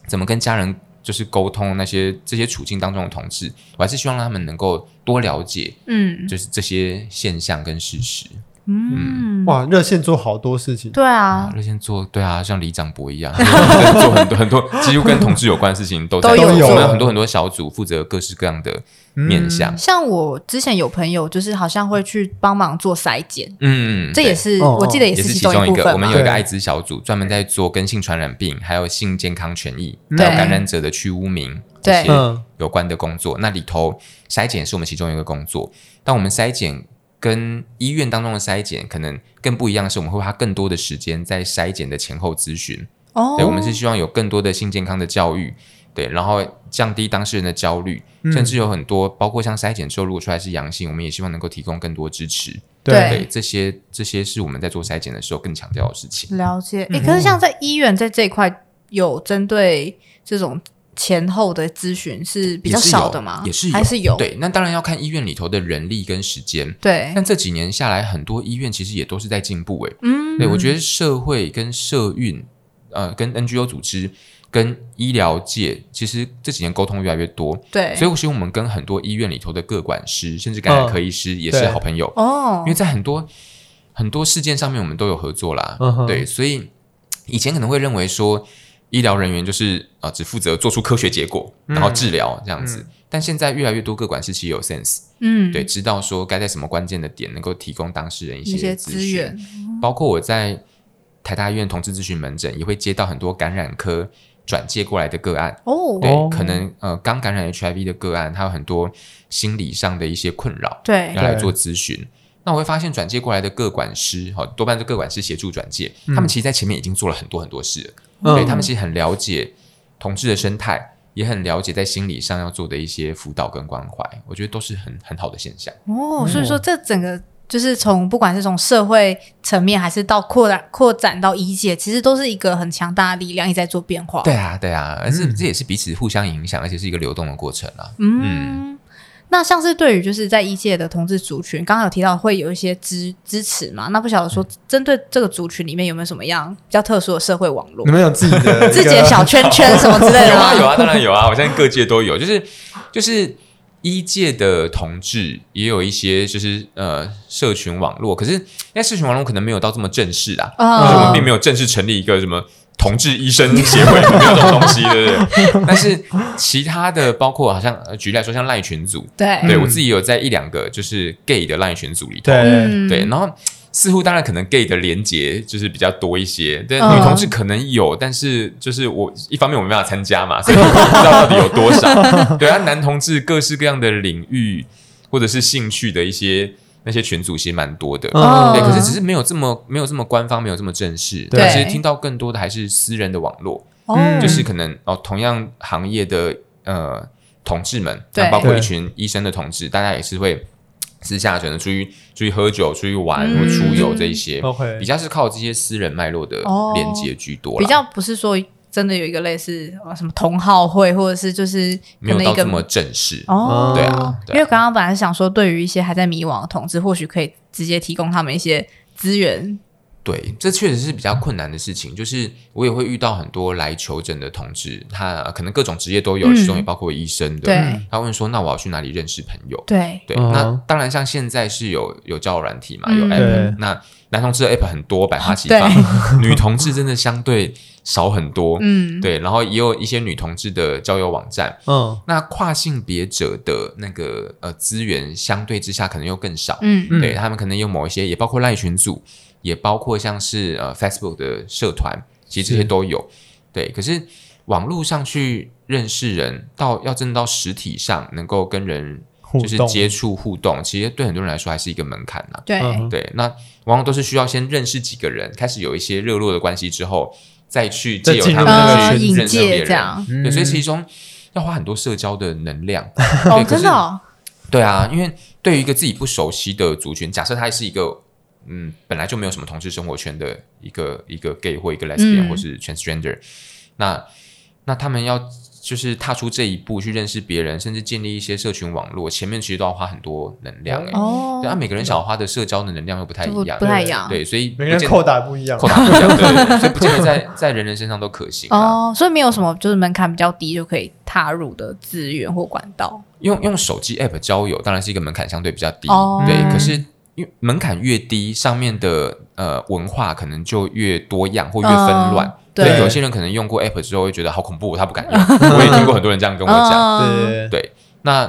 Speaker 3: 怎么跟家人就是沟通那些这些处境当中的同志，我还是希望他们能够多了解，
Speaker 4: 嗯
Speaker 3: 就是这些现象跟事实。
Speaker 4: 嗯
Speaker 1: 哇，热线做好多事情，
Speaker 4: 对啊
Speaker 3: 啊，热线做对啊，像李长博 一样，做很多很多，几乎跟同志有关的事情都在
Speaker 4: 都
Speaker 1: 有
Speaker 3: 做我
Speaker 1: 做
Speaker 3: 们很多很多小组负责各式各样的面向，
Speaker 4: 像我之前有朋友就是好像会去帮忙做筛检，
Speaker 3: 嗯，
Speaker 4: 这也
Speaker 3: 是
Speaker 4: 是
Speaker 1: 哦
Speaker 4: 我记得
Speaker 3: 也
Speaker 4: 是
Speaker 3: 其
Speaker 4: 中
Speaker 3: 中一
Speaker 4: 部
Speaker 3: 个。我
Speaker 4: 分
Speaker 3: 们
Speaker 4: 嘛
Speaker 3: 有一
Speaker 1: 对
Speaker 3: 个艾滋小组，专门在做跟性传染病还有性健康权益，还
Speaker 1: 对
Speaker 3: 有感染者的去污名这
Speaker 4: 对
Speaker 3: 些
Speaker 1: 嗯
Speaker 3: 有关的工作。那里头筛检是我们其中一个工作，但我们筛检。跟医院当中的筛检可能更不一样的是，我们会花更多的时间在筛检的前后咨询，
Speaker 4: 哦，
Speaker 3: 对，我们是希望有更多的性健康的教育，对，然后降低当事人的焦虑，
Speaker 1: 嗯
Speaker 3: 甚至有很多包括像筛检之后如果出来是阳性，我们也希望能够提供更多支持。
Speaker 4: 对
Speaker 3: 对，这些这些是我们在做筛检的时候更强调的事情。
Speaker 4: 了解。
Speaker 3: 嗯
Speaker 4: 诶，可是像在医院在这一块有针对这种前后的咨询是比较
Speaker 3: 也是
Speaker 4: 少
Speaker 3: 有
Speaker 4: 的吗？
Speaker 3: 也是
Speaker 4: 还是有
Speaker 3: 对，那当然要看医院里头的人力跟时间。
Speaker 4: 对
Speaker 3: 但这几年下来，很多医院其实也都是在进步诶、
Speaker 4: 嗯
Speaker 3: 对，我觉得社会跟社运，呃，跟 NGO 组织、跟医疗界，其实这几年沟通越来越多。
Speaker 4: 对，
Speaker 3: 所以，其实我们跟很多医院里头的各管师，甚至感染科医师也是
Speaker 1: 对
Speaker 3: 好朋友，
Speaker 4: 哦
Speaker 3: 因为在很多很多事件上面我们都有合作啦。
Speaker 1: 嗯哼
Speaker 3: 对，所以以前可能会认为说医疗人员就是啊、呃只负责做出科学结果，
Speaker 4: 嗯
Speaker 3: 然后治疗这样子。但现在越来越多各管师其实有 sense，、
Speaker 4: 嗯
Speaker 3: 对，知道说该在什么关键的点能够提供当事人一
Speaker 4: 一些
Speaker 3: 资
Speaker 4: 资
Speaker 3: 讯，
Speaker 4: 源
Speaker 3: 包括我在台大医院同志咨询门诊也会接到很多感染科转介过来的个案。
Speaker 4: 哦
Speaker 3: 对，
Speaker 1: 哦
Speaker 3: 可能呃刚感染 HIV 的个案，他有很多心理上的一些困扰，
Speaker 4: 对
Speaker 3: 要来做咨询。那我会发现转介过来的各管师，好、多半是各管师协助转介，他们其实在前面已经做了很多很多事了，
Speaker 1: 嗯
Speaker 3: 对他们其实很了解同志的生态，也很了解在心理上要做的一些辅导跟关怀，我觉得都是很很好的现象。
Speaker 4: 哦，所以说这整个。就是从不管是从社会层面，还是到扩展扩展到医界，其实都是一个很强大的力量，一直在做变化。
Speaker 3: 对啊，对啊，而是、
Speaker 1: 嗯
Speaker 3: 这也是彼此互相影响，而且是一个流动的过程啊。
Speaker 4: 嗯，那像是对于就是在医界的同志族群，刚刚有提到会有一些支支持嘛？那不晓得说针对这个族群里面有没有什么样比较特殊的社会网络
Speaker 1: 你？们有自己的
Speaker 4: 自己的小圈圈什么之类
Speaker 3: 有
Speaker 4: 的
Speaker 3: 啊 有
Speaker 4: 吗？
Speaker 3: 啊，当然有啊，我相信各界都有，就是就是一界的同志也有一些就是呃社群网络，可是那社群网络可能没有到这么正式啊，就是我们
Speaker 1: 嗯
Speaker 4: 啊
Speaker 3: 并没有正式成立一个什么。同志医生协会没有这种东西，对 不对？但是其他的，包括好像呃举例来说，像赖群组，
Speaker 4: 对
Speaker 3: 对
Speaker 1: 嗯
Speaker 3: 我自己有在一两个就是 gay 的赖群组里头，
Speaker 1: 对，
Speaker 4: 嗯
Speaker 3: 对，然后似乎当然可能 gay 的连结就是比较多一些，对，
Speaker 4: 嗯
Speaker 3: 女同志可能有，但是就是我一方面我没办法参加嘛，所以我不知道到底有多少。对啊，男同志各式各样的领域或者是兴趣的一些那些群组其实蛮多的。
Speaker 1: 嗯
Speaker 3: 对，可是只是没有这么没有这么官方，没有这么正式。
Speaker 1: 对
Speaker 3: 但是听到更多的还是私人的网络，
Speaker 4: 哦
Speaker 1: 嗯
Speaker 3: 就是可能哦，同样行业的呃同志们，
Speaker 4: 对
Speaker 3: 那包括
Speaker 1: 对
Speaker 3: 一群医生的同志，大家也是会私下可能出去出去喝酒、出去玩、
Speaker 4: 嗯
Speaker 3: 或出游这一些，
Speaker 1: OK，
Speaker 3: 比较是靠这些私人脉络的
Speaker 4: 哦
Speaker 3: 连接居多啦，
Speaker 4: 比较不是说真的有一个类似呃什么同好会，或者是就是
Speaker 3: 没
Speaker 4: 可
Speaker 3: 有
Speaker 4: 能一
Speaker 3: 到
Speaker 4: 个
Speaker 3: 这么正式。
Speaker 4: 哦，
Speaker 3: 对啊，
Speaker 4: 因
Speaker 3: 对
Speaker 4: 为
Speaker 3: 啊
Speaker 4: 刚刚本来是想说，对于一些还在迷惘的同志，或许可以直接提供他们一些资源。
Speaker 3: 对，这确实是比较困难的事情。就是我也会遇到很多来求诊的同志，他呃可能各种职业都有，
Speaker 4: 嗯
Speaker 3: 其中也包括医生的。
Speaker 4: 对
Speaker 3: 他问说：“那我要去哪里认识朋友？”
Speaker 4: 对，
Speaker 3: 对，
Speaker 1: 嗯
Speaker 3: 那当然，像现在是有有交友软体嘛，有
Speaker 4: 嗯
Speaker 3: app、
Speaker 1: 对
Speaker 3: 那男同志的 app 很多，百花齐 放；女同志真的相对少很多。
Speaker 4: 嗯，
Speaker 3: 对，然后也有一些女同志的交友网站。
Speaker 1: 嗯
Speaker 3: 那跨性别者的那个呃资源相对之下可能又更少。
Speaker 4: 嗯，
Speaker 1: 嗯
Speaker 3: 对他们可能有某一些，也包括赖群组，也包括像是呃 Facebook 的社团，其实这些
Speaker 1: 是
Speaker 3: 都有。对，可是网络上去认识人，到要真的到实体上能够跟人
Speaker 1: 互
Speaker 3: 就是
Speaker 1: 动
Speaker 3: 接触互动，其实对很多人来说还是一个门槛呐、
Speaker 4: 对，
Speaker 1: 嗯哼
Speaker 3: 对，那往往都是需要先认识几个人，开始有一些热络的关系之后，再去借由
Speaker 1: 再进
Speaker 3: 他
Speaker 1: 入那
Speaker 3: 们
Speaker 1: 个嗯
Speaker 3: 去
Speaker 1: 圈子
Speaker 4: 哦引
Speaker 3: 认识别
Speaker 4: 介这
Speaker 3: 人。
Speaker 4: 样，
Speaker 3: 对，所以其
Speaker 1: 实
Speaker 3: 中要花很多社交的能量。
Speaker 4: 哦
Speaker 3: 对，可
Speaker 4: 真
Speaker 3: 是
Speaker 4: 的哦，
Speaker 3: 对啊，因为对于一个自己不熟悉的族群，假设他是一个嗯本来就没有什么同志生活圈的一个一个 gay 或一个 lesbian、
Speaker 4: 嗯
Speaker 3: 或是 transgender，那那他们要就是踏出这一步去认识别人，甚至建立一些社群网络，前面其实都要花很多能量、欸。
Speaker 4: 哦
Speaker 3: 对啊，每个人想要花的社交的能量又不太
Speaker 4: 就
Speaker 3: 一
Speaker 4: 不
Speaker 3: 样，
Speaker 4: 不太一样
Speaker 3: 对，所以
Speaker 1: 每个人
Speaker 3: 不见
Speaker 1: 扣打不一样
Speaker 3: 扣，打不一样，对对对，所以不见得在在人人身上都可行、啊。
Speaker 4: 哦，所以没有什么就是门槛比较低就可以踏入的资源或管道。
Speaker 3: 用用手机 app 交友当然是一个门槛相对比较低，
Speaker 4: 哦
Speaker 3: 对。
Speaker 1: 嗯
Speaker 3: 可是因为门槛越低，上面的呃文化可能就越多样或越纷乱。
Speaker 4: 嗯
Speaker 3: 所以
Speaker 1: 对
Speaker 3: 有些人可能用过 app 之后会觉得好恐怖，他不敢用。我也听过很多人这样跟我讲。
Speaker 1: 对，
Speaker 4: 嗯，
Speaker 3: 对，那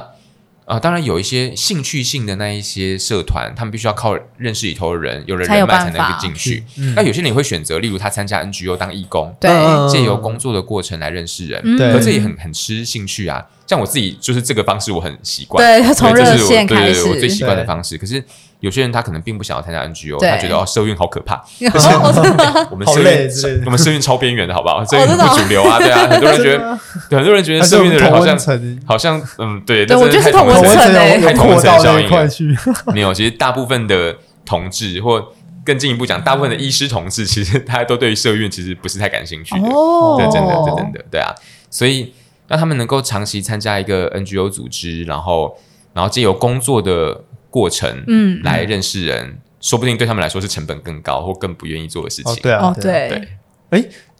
Speaker 3: 呃，当然有一些兴趣性的那一些社团，他们必须要靠认识里头的人，有了
Speaker 4: 才有
Speaker 3: 人脉才
Speaker 4: 办
Speaker 3: 能
Speaker 4: 法
Speaker 3: 够进去。
Speaker 1: 嗯
Speaker 3: 那有些人也会选择，例如他参加 NGO 当义工，
Speaker 4: 对
Speaker 1: 嗯
Speaker 3: 借由工作的过程来认识人。
Speaker 4: 嗯
Speaker 1: 对
Speaker 3: 可这也很很吃兴趣啊。像我自己就是这个方式，我很习惯。
Speaker 4: 对，就从
Speaker 3: 对
Speaker 4: 热
Speaker 3: 这是我
Speaker 4: 线
Speaker 3: 对
Speaker 4: 开
Speaker 3: 对对我最
Speaker 4: 始。
Speaker 3: 习惯的方式。可是有些人他可能并不想要参加 NGO，
Speaker 4: 对
Speaker 3: 他觉得哦社运好可怕，
Speaker 4: 哦
Speaker 3: 我们
Speaker 1: 好
Speaker 3: 社
Speaker 1: 累
Speaker 3: 运
Speaker 1: 之类的
Speaker 3: 我们社运超边缘的好不好？社
Speaker 4: 哦
Speaker 3: 运
Speaker 4: 真的哦
Speaker 3: 不主流啊，对啊，很多人 觉得，对很多人觉得
Speaker 1: 但是
Speaker 3: 社
Speaker 1: 我
Speaker 3: 运
Speaker 1: 们
Speaker 3: 的人
Speaker 1: 同
Speaker 3: 好
Speaker 1: 温
Speaker 3: 像
Speaker 1: 层，
Speaker 3: 好像嗯，对，
Speaker 4: 对
Speaker 3: 那
Speaker 4: 我
Speaker 3: 真
Speaker 4: 就
Speaker 3: 的
Speaker 4: 是
Speaker 3: 太
Speaker 4: 同
Speaker 3: 同
Speaker 4: 温
Speaker 1: 同温
Speaker 3: 温
Speaker 4: 层
Speaker 1: 层
Speaker 4: 欸
Speaker 1: 有有
Speaker 3: 太同温
Speaker 1: 扩
Speaker 3: 层
Speaker 1: 到
Speaker 3: 效
Speaker 1: 那
Speaker 3: 应
Speaker 1: 一块
Speaker 3: 了
Speaker 1: 去，
Speaker 3: 没有，其实大部分的同志或更进一步讲，大部分的医师同志，其实大家都对于社运其实不是太感兴趣的。
Speaker 4: 哦
Speaker 3: 对，真的，这真的，对啊，所以让他们能够长期参加一个 NGO 组织，然后然后借由工作的过程，
Speaker 4: 嗯
Speaker 3: 来认识人，说不定对他们来说是成本更高或更不愿意做的事情。
Speaker 1: 哦，对啊，
Speaker 4: 哦，
Speaker 1: 啊
Speaker 4: 对，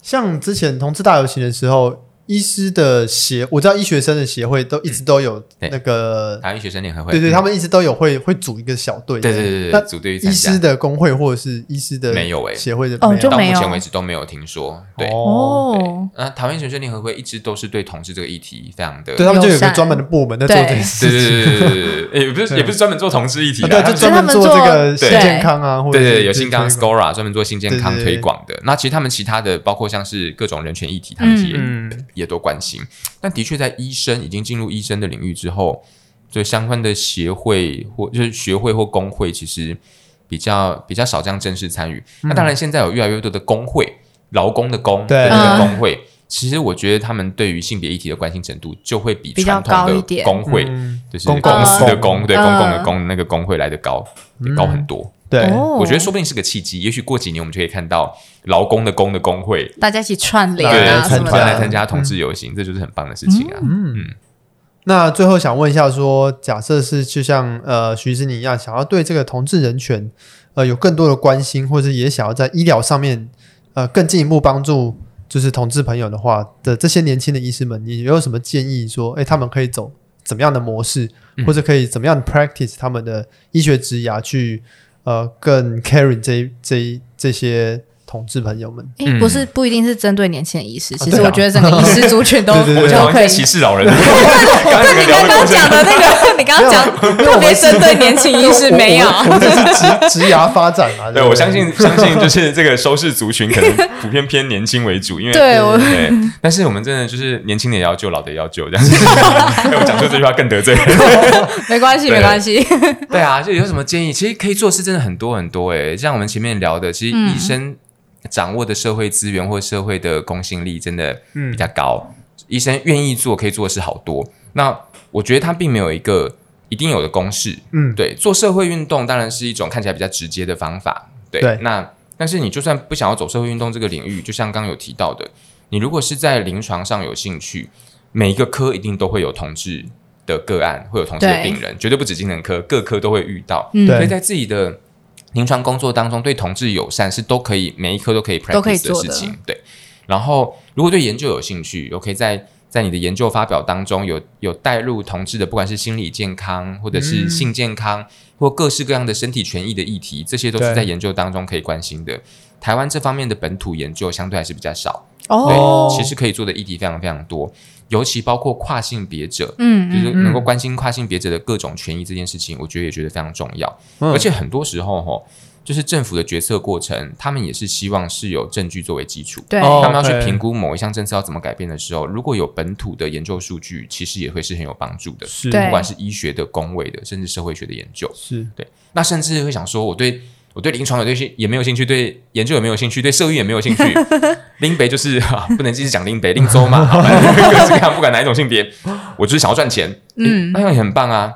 Speaker 1: 像之前同志大游行的时候，医师的协，我知道医学生的协会都一直都有
Speaker 3: 嗯对
Speaker 1: 那个，
Speaker 3: 台湾医学生联合会，
Speaker 1: 对对，
Speaker 3: 嗯
Speaker 1: 他们一直都有会会组一个小队，
Speaker 3: 对对对对
Speaker 1: 那
Speaker 3: 对，组队去
Speaker 1: 医师
Speaker 3: 参加，
Speaker 1: 的工会或者是医师的
Speaker 3: 没有欸
Speaker 1: 协会的
Speaker 4: 哦就
Speaker 3: 到
Speaker 4: 没
Speaker 3: 目
Speaker 4: 有
Speaker 3: 前为止都没有听说。对，
Speaker 1: 哦，
Speaker 4: 哦，
Speaker 3: 那台湾医学生联合会一直都是对同志这个议题非常的，
Speaker 1: 对他们就有
Speaker 4: 友
Speaker 1: 个
Speaker 4: 善
Speaker 1: 专门的部门在做这件
Speaker 3: 对
Speaker 1: 事情，
Speaker 3: 对对对对对，也不是
Speaker 1: 对
Speaker 3: 也不是专门做同志议题
Speaker 1: 啊对，
Speaker 3: 的，他
Speaker 1: 就专
Speaker 3: 们
Speaker 1: 门
Speaker 4: 所以
Speaker 1: 这
Speaker 4: 他们
Speaker 1: 个
Speaker 4: 做
Speaker 1: 性健康啊，或者
Speaker 3: 对对
Speaker 1: 是
Speaker 3: 对，有新
Speaker 1: 康
Speaker 3: 刚 Scora 专门做性健康
Speaker 1: 对对对
Speaker 3: 推广的。那其实他们其他的，包括像是各种人权议题，他们其实也,、
Speaker 1: 嗯
Speaker 3: 也都关心。但的确，在医生已经进入医生的领域之后，就相关的协会或就是学会或工会，其实比较比较少这样正式参与。那当然，现在有越来越多的工会，劳工的工
Speaker 1: 嗯对
Speaker 3: 的那
Speaker 4: 嗯
Speaker 3: 个工会。其实我觉得他们对于性别议题的关心程度，就会比
Speaker 4: 比较
Speaker 3: 传统
Speaker 4: 高一
Speaker 3: 的
Speaker 4: 点
Speaker 3: 工会，
Speaker 1: 嗯
Speaker 3: 就是
Speaker 1: 公共
Speaker 3: 公司的
Speaker 1: 工
Speaker 3: 工，对
Speaker 4: 嗯
Speaker 3: 公共的工那个工会来的高，
Speaker 1: 嗯
Speaker 3: 高很多。
Speaker 1: 对，
Speaker 4: 哦
Speaker 3: 我觉得说不定是个契机，也许过几年我们就可以看到劳工的工的工会
Speaker 4: 大家一起串联
Speaker 1: 对
Speaker 4: 啊
Speaker 1: 参
Speaker 4: 什
Speaker 3: 成
Speaker 4: 么
Speaker 3: 团来
Speaker 1: 加
Speaker 4: 的，
Speaker 3: 参加同志游行，这就是很棒的事情啊！
Speaker 1: 嗯，那最后想问一下说假设是就像呃徐志宁一样，想要对这个同志人权呃有更多的关心，或者也想要在医疗上面呃更进一步帮助，就是同志朋友的话的这些年轻的医师们，你有没有什么建议说，哎，他们可以走怎么样的模式，
Speaker 3: 嗯
Speaker 1: 或者可以怎么样的 practice 他们的医学职涯去呃更 carry 这一这一这些同志朋友们？
Speaker 4: 诶
Speaker 3: 嗯
Speaker 4: 不是不一定是针对年轻的医师，其
Speaker 1: 对
Speaker 4: 实
Speaker 1: 啊
Speaker 4: 我觉得整个医师族群都
Speaker 1: 对对
Speaker 3: 我
Speaker 1: 对
Speaker 4: 都
Speaker 3: 好
Speaker 4: 嗯
Speaker 3: 像
Speaker 4: 可
Speaker 3: 在
Speaker 4: 以。
Speaker 3: 歧视老人。
Speaker 4: 那
Speaker 3: 刚才
Speaker 4: 你刚刚讲的 那个，你刚刚讲
Speaker 1: 没有
Speaker 4: 特别针对年轻医师没有
Speaker 1: 我，我我们这是职职涯发展啊，
Speaker 3: 对，
Speaker 1: 不
Speaker 3: 我相信，相信就是这个收视族群可能普遍偏年轻为主，因为
Speaker 4: 对我
Speaker 3: 对，但是我们真的就是年轻的也要救，老的也要救， 这样子。哎我讲出这句话更得罪人。
Speaker 4: 没关系
Speaker 3: 对
Speaker 4: 没关系，
Speaker 3: 对啊，就有什么建议？其实可以做的事真的很多很多诶、像我们前面聊的，其实
Speaker 4: 嗯
Speaker 3: 医生掌握的社会资源或社会的公信力真的
Speaker 1: 嗯
Speaker 3: 比较高，医生愿意做可以做的事好多。那我觉得他并没有一个一定有的公式，
Speaker 1: 嗯，
Speaker 3: 对，做社会运动当然是一种看起来比较直接的方法。对，
Speaker 1: 对
Speaker 3: 那但是你就算不想要走社会运动这个领域，就像刚刚有提到的，你如果是在临床上有兴趣，每一个科一定都会有同志的个案，会有同志的
Speaker 4: 对
Speaker 3: 病人，绝对不止精神科，各科都会遇到。
Speaker 4: 嗯
Speaker 1: 对
Speaker 3: 所以在自己的临床工作当中，对同志友善是都可以，每一科都可以 practice
Speaker 4: 都可以
Speaker 3: 的
Speaker 4: 做
Speaker 3: 事
Speaker 4: 的
Speaker 3: 情。对，然后如果对研究有兴趣，有可以在在你的研究发表当中有有带入同志的，不管是心理健康，或者是
Speaker 1: 嗯
Speaker 3: 性健康，或各式各样的身体权益的议题，这些都是
Speaker 1: 对
Speaker 3: 在研究当中可以关心的。台湾这方面的本土研究相对还是比较少，
Speaker 1: 哦
Speaker 3: 对，其实可以做的议题非常非常多，尤其包括跨性别者，
Speaker 4: 嗯
Speaker 3: 就是
Speaker 4: 嗯
Speaker 3: 能够关心跨性别者的各种权益这件事情，我觉得也觉得非常重要。
Speaker 1: 嗯
Speaker 3: 而且很多时候吼，就是政府的决策过程，他们也是希望是有证据作为基础。
Speaker 4: 对，
Speaker 1: 哦
Speaker 3: 他们要去
Speaker 1: OK
Speaker 3: 评估某一项政策要怎么改变的时候，如果有本土的研究数据，其实也会是很有帮助的。
Speaker 1: 是
Speaker 4: 对
Speaker 3: 不管是医学的、工位的，甚至社会学的研究，
Speaker 1: 是
Speaker 3: 那甚至会想说，我对我对临床有对兴也没有兴趣，对研究也没有兴趣，对社运也没有 兴趣。林北就是、 啊、不能继续讲林北，林州 嘛，好吧各式各样，不管哪一种性别，我就是想要赚钱。嗯，
Speaker 4: 嗯
Speaker 3: 那样也很棒啊。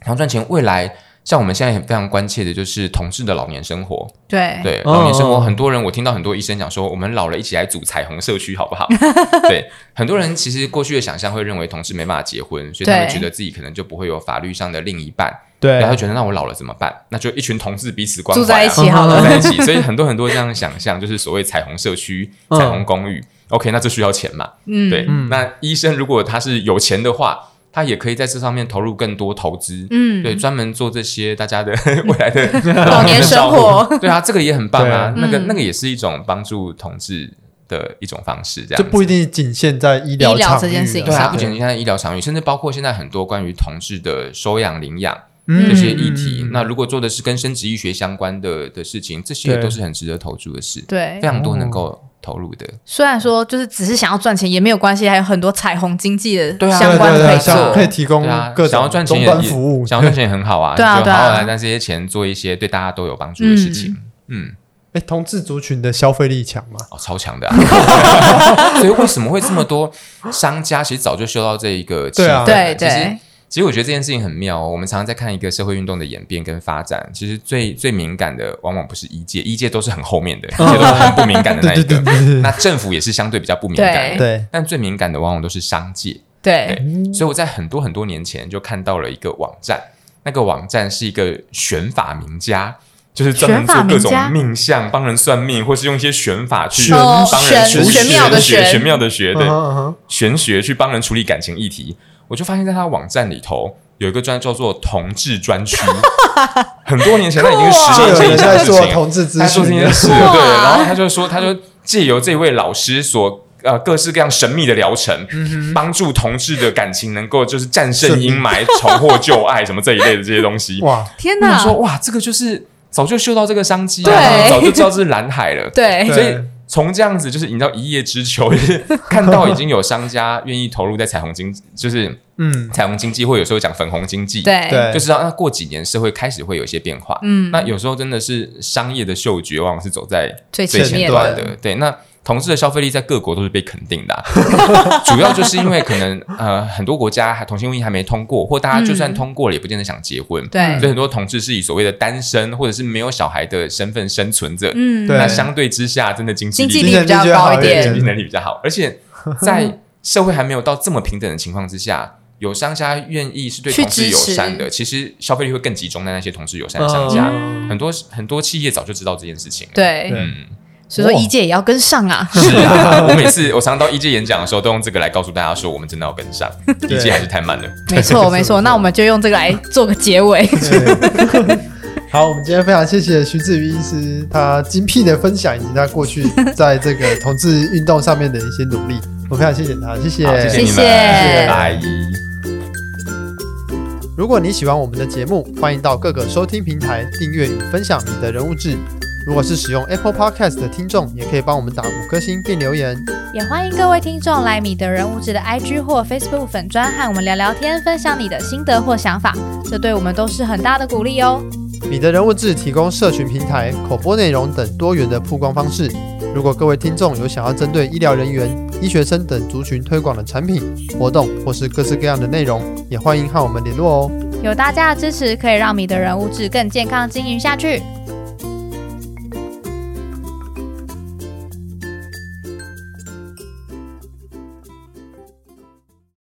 Speaker 3: 想要赚钱，未来像我们现在很非常关切的就是同志的老年生活。
Speaker 4: 对
Speaker 3: 对，
Speaker 1: 哦
Speaker 3: 老年生活，很多人我听到很多医生讲说，我们老了一起来组彩虹社区 好不好？对，很多人其实过去的想象会认为同志没办法结婚，所以他们
Speaker 4: 对
Speaker 3: 觉得自己可能就不会有法律上的另一半，
Speaker 1: 对
Speaker 3: 然后觉得那我老了怎么办？那就一群同志彼此关怀啊
Speaker 4: 住在一 起好
Speaker 3: 住
Speaker 4: 了，
Speaker 3: 在一起，所以很多很多这样的想象，就是所谓彩虹社区、
Speaker 1: 嗯
Speaker 3: 彩虹公寓。OK，那这需要钱嘛？
Speaker 4: 嗯
Speaker 3: 对，
Speaker 1: 嗯
Speaker 3: 那医生如果他是有钱的话，他也可以在这上面投入更多投资。
Speaker 4: 嗯
Speaker 3: 对，专门做这些大家的 未来的
Speaker 4: 老年生
Speaker 3: 照顾
Speaker 4: 活，
Speaker 3: 对啊，这个也很棒啊，
Speaker 1: 对
Speaker 3: 那个
Speaker 4: 嗯
Speaker 3: 那个也是一种帮助同志的一种方式，这样
Speaker 1: 就
Speaker 3: 子
Speaker 1: 不一。定仅限在医疗
Speaker 4: 医疗
Speaker 1: 场
Speaker 4: 这件
Speaker 1: 域
Speaker 4: 事情
Speaker 1: 啊
Speaker 3: 对啊，
Speaker 4: 上
Speaker 3: 不仅仅现在医疗场域，甚至包括现在很多关于同志的收养、领养
Speaker 1: 嗯
Speaker 3: 这些议题，
Speaker 1: 嗯
Speaker 3: 那如果做的是跟生殖医学相关的的事情，这些也
Speaker 1: 对
Speaker 3: 都是很值得投注的事，
Speaker 4: 对
Speaker 3: 非，常多能
Speaker 1: 哦
Speaker 3: 够投入的。
Speaker 4: 虽然说就是只是想要赚钱也没有关系，还有很多彩虹经济的
Speaker 3: 对啊
Speaker 4: 相关
Speaker 1: 对对
Speaker 4: 的可
Speaker 1: 对
Speaker 4: 以
Speaker 1: 像
Speaker 4: 做
Speaker 1: 可。以提供
Speaker 3: 对啊，
Speaker 1: 各
Speaker 3: 想要
Speaker 1: 种
Speaker 3: 赚钱
Speaker 1: 终
Speaker 3: 也
Speaker 1: 端
Speaker 3: 也
Speaker 1: 服务。
Speaker 3: 想要赚钱也很好啊，
Speaker 4: 对啊
Speaker 3: 你就好好
Speaker 4: 对啊
Speaker 3: 来让这些钱做一些对大家都有帮助的事情。嗯，
Speaker 1: 哎，同志族群的消费力强嘛？
Speaker 3: 哦，超强的、啊。 所以为什么会这么多商家其实早就嗅到这一个气
Speaker 1: 对啊
Speaker 3: 氛
Speaker 4: 对
Speaker 3: 了其
Speaker 4: 对
Speaker 3: 实，其实我觉得这件事情很妙哦。我们常常在看一个社会运动的演变跟发展，其实最最敏感的往往不是一届，一届都是很后面的，一届都是很不敏感的
Speaker 1: 对
Speaker 3: 那
Speaker 1: 对
Speaker 3: 一
Speaker 1: 哦 对
Speaker 3: 个。
Speaker 1: 对
Speaker 3: 那
Speaker 1: 对
Speaker 3: 政府也是相对比较不敏感
Speaker 4: 对
Speaker 3: 的，
Speaker 1: 对，
Speaker 3: 但最敏感的往往都是商界。
Speaker 4: 对，
Speaker 3: 所以我在很多很多年前就看到了一个网站，那个网站是一个选法名家，就是专门做各
Speaker 4: 选
Speaker 3: 种
Speaker 4: 法名家
Speaker 3: 命相，帮人算命，或是用一些选法去
Speaker 1: 玄
Speaker 3: 帮
Speaker 4: 玄
Speaker 3: 人处理
Speaker 1: 玄妙的
Speaker 3: 学
Speaker 4: 玄
Speaker 3: 玄妙的学，
Speaker 1: 嗯
Speaker 3: 对，
Speaker 1: 哼嗯哼
Speaker 3: 玄学去帮人处理感情议题。我就发现，在他的网站里头有一个专叫做“同志 专区”，很多年前，那已经是十
Speaker 1: 就
Speaker 3: 年
Speaker 1: 有
Speaker 3: 前以
Speaker 1: 人哦
Speaker 3: 上
Speaker 1: 在
Speaker 3: 的事
Speaker 1: 做
Speaker 3: 情了。
Speaker 1: 同志
Speaker 3: 他
Speaker 1: 咨
Speaker 3: 说这
Speaker 1: 询
Speaker 3: 件
Speaker 1: 的，
Speaker 3: 事，
Speaker 4: 哇
Speaker 3: 对，然后他就说，他就借由这位老师所呃各式各样神秘的疗程，帮助同志的感情能够就是战胜阴霾、重获旧爱什么这一类的这些东西。
Speaker 1: 哇，
Speaker 4: 天
Speaker 3: 我想
Speaker 4: 哪！
Speaker 3: 说哇，这个就是早就嗅到这个商机啊，
Speaker 4: 对
Speaker 3: 早就知道这是蓝海了。
Speaker 4: 对
Speaker 1: 对
Speaker 3: 所以从这样子就是你知道一叶知秋，就是看到已经有商家愿意投入在彩虹经，就是
Speaker 1: 嗯，
Speaker 3: 彩虹经济，或有时候讲粉红经济，，
Speaker 4: 对
Speaker 1: 对
Speaker 3: 就知道那过几年社会开始会有一些变化。
Speaker 4: 嗯，
Speaker 3: 那有时候真的是商业的嗅觉，往往是走在
Speaker 4: 最
Speaker 3: 最
Speaker 4: 前
Speaker 3: 前
Speaker 4: 面
Speaker 3: 段
Speaker 1: 的
Speaker 3: 的。对，那同志的消费力在各国都是被肯定的啊、 主要就是因为可能呃很多国家还同性婚姻还没通过，或大家就算
Speaker 4: 嗯
Speaker 3: 通过了，也不见得想结婚。
Speaker 4: 对
Speaker 3: 所以很多同志是以所谓的单身或者是没有小孩的身份生存着。
Speaker 4: 嗯，
Speaker 1: 对
Speaker 3: 那相对之下，真的经济
Speaker 4: 经济
Speaker 3: 力
Speaker 4: 力比较高一
Speaker 1: 精神力就好一
Speaker 4: 点
Speaker 1: 点，
Speaker 3: 能力比较好，而且在社会还没有到这么平等的情况之下， 有商家愿意是对
Speaker 4: 去
Speaker 3: 同志
Speaker 4: 支
Speaker 3: 友
Speaker 4: 持
Speaker 3: 善的，其实消费力会更集中在那些同志友善的商家。
Speaker 1: 嗯
Speaker 3: 很多很多企业早就知道这件事情了。
Speaker 4: 对，
Speaker 1: 对
Speaker 3: 嗯，
Speaker 4: 所以说
Speaker 1: 哇
Speaker 4: 一届也要跟上啊。
Speaker 3: 是 啊，我每次我常到一届演讲的时候，都用这个来告诉大家说，我们真的要跟上，一届还是太慢了。
Speaker 4: 没错，没
Speaker 1: 没错
Speaker 4: 错。那我们就用这个来做个结尾。
Speaker 1: 对 好，我们今天非常谢谢徐志云医师他精辟的分享，以及他过去在这个同志运动上面的一些努力，我非常谢谢他，谢谢，
Speaker 3: 好，谢你们，
Speaker 4: 谢谢
Speaker 3: 拜拜。
Speaker 1: 如果你喜欢我们的节目，欢迎到各个收听平台订阅与分享你的人物志。如果是使用 Apple Podcast 的听众，也可以帮我们打五颗星并留言。
Speaker 2: 也欢迎各位听众来米的人物志的 IG 或 Facebook 粉专和我们聊聊天，分享你的心得或想法，这对我们都是很大的鼓励哦。
Speaker 1: 米的人物志提供社群平台、口播内容等多元的曝光方式。如果各位听众有想要针对医疗人员、医学生等族群推广的产品、活动或是各式各样的内容，也欢迎和我们联络哦。
Speaker 2: 有大家的支持，可以让米的人物志更健康经营下去。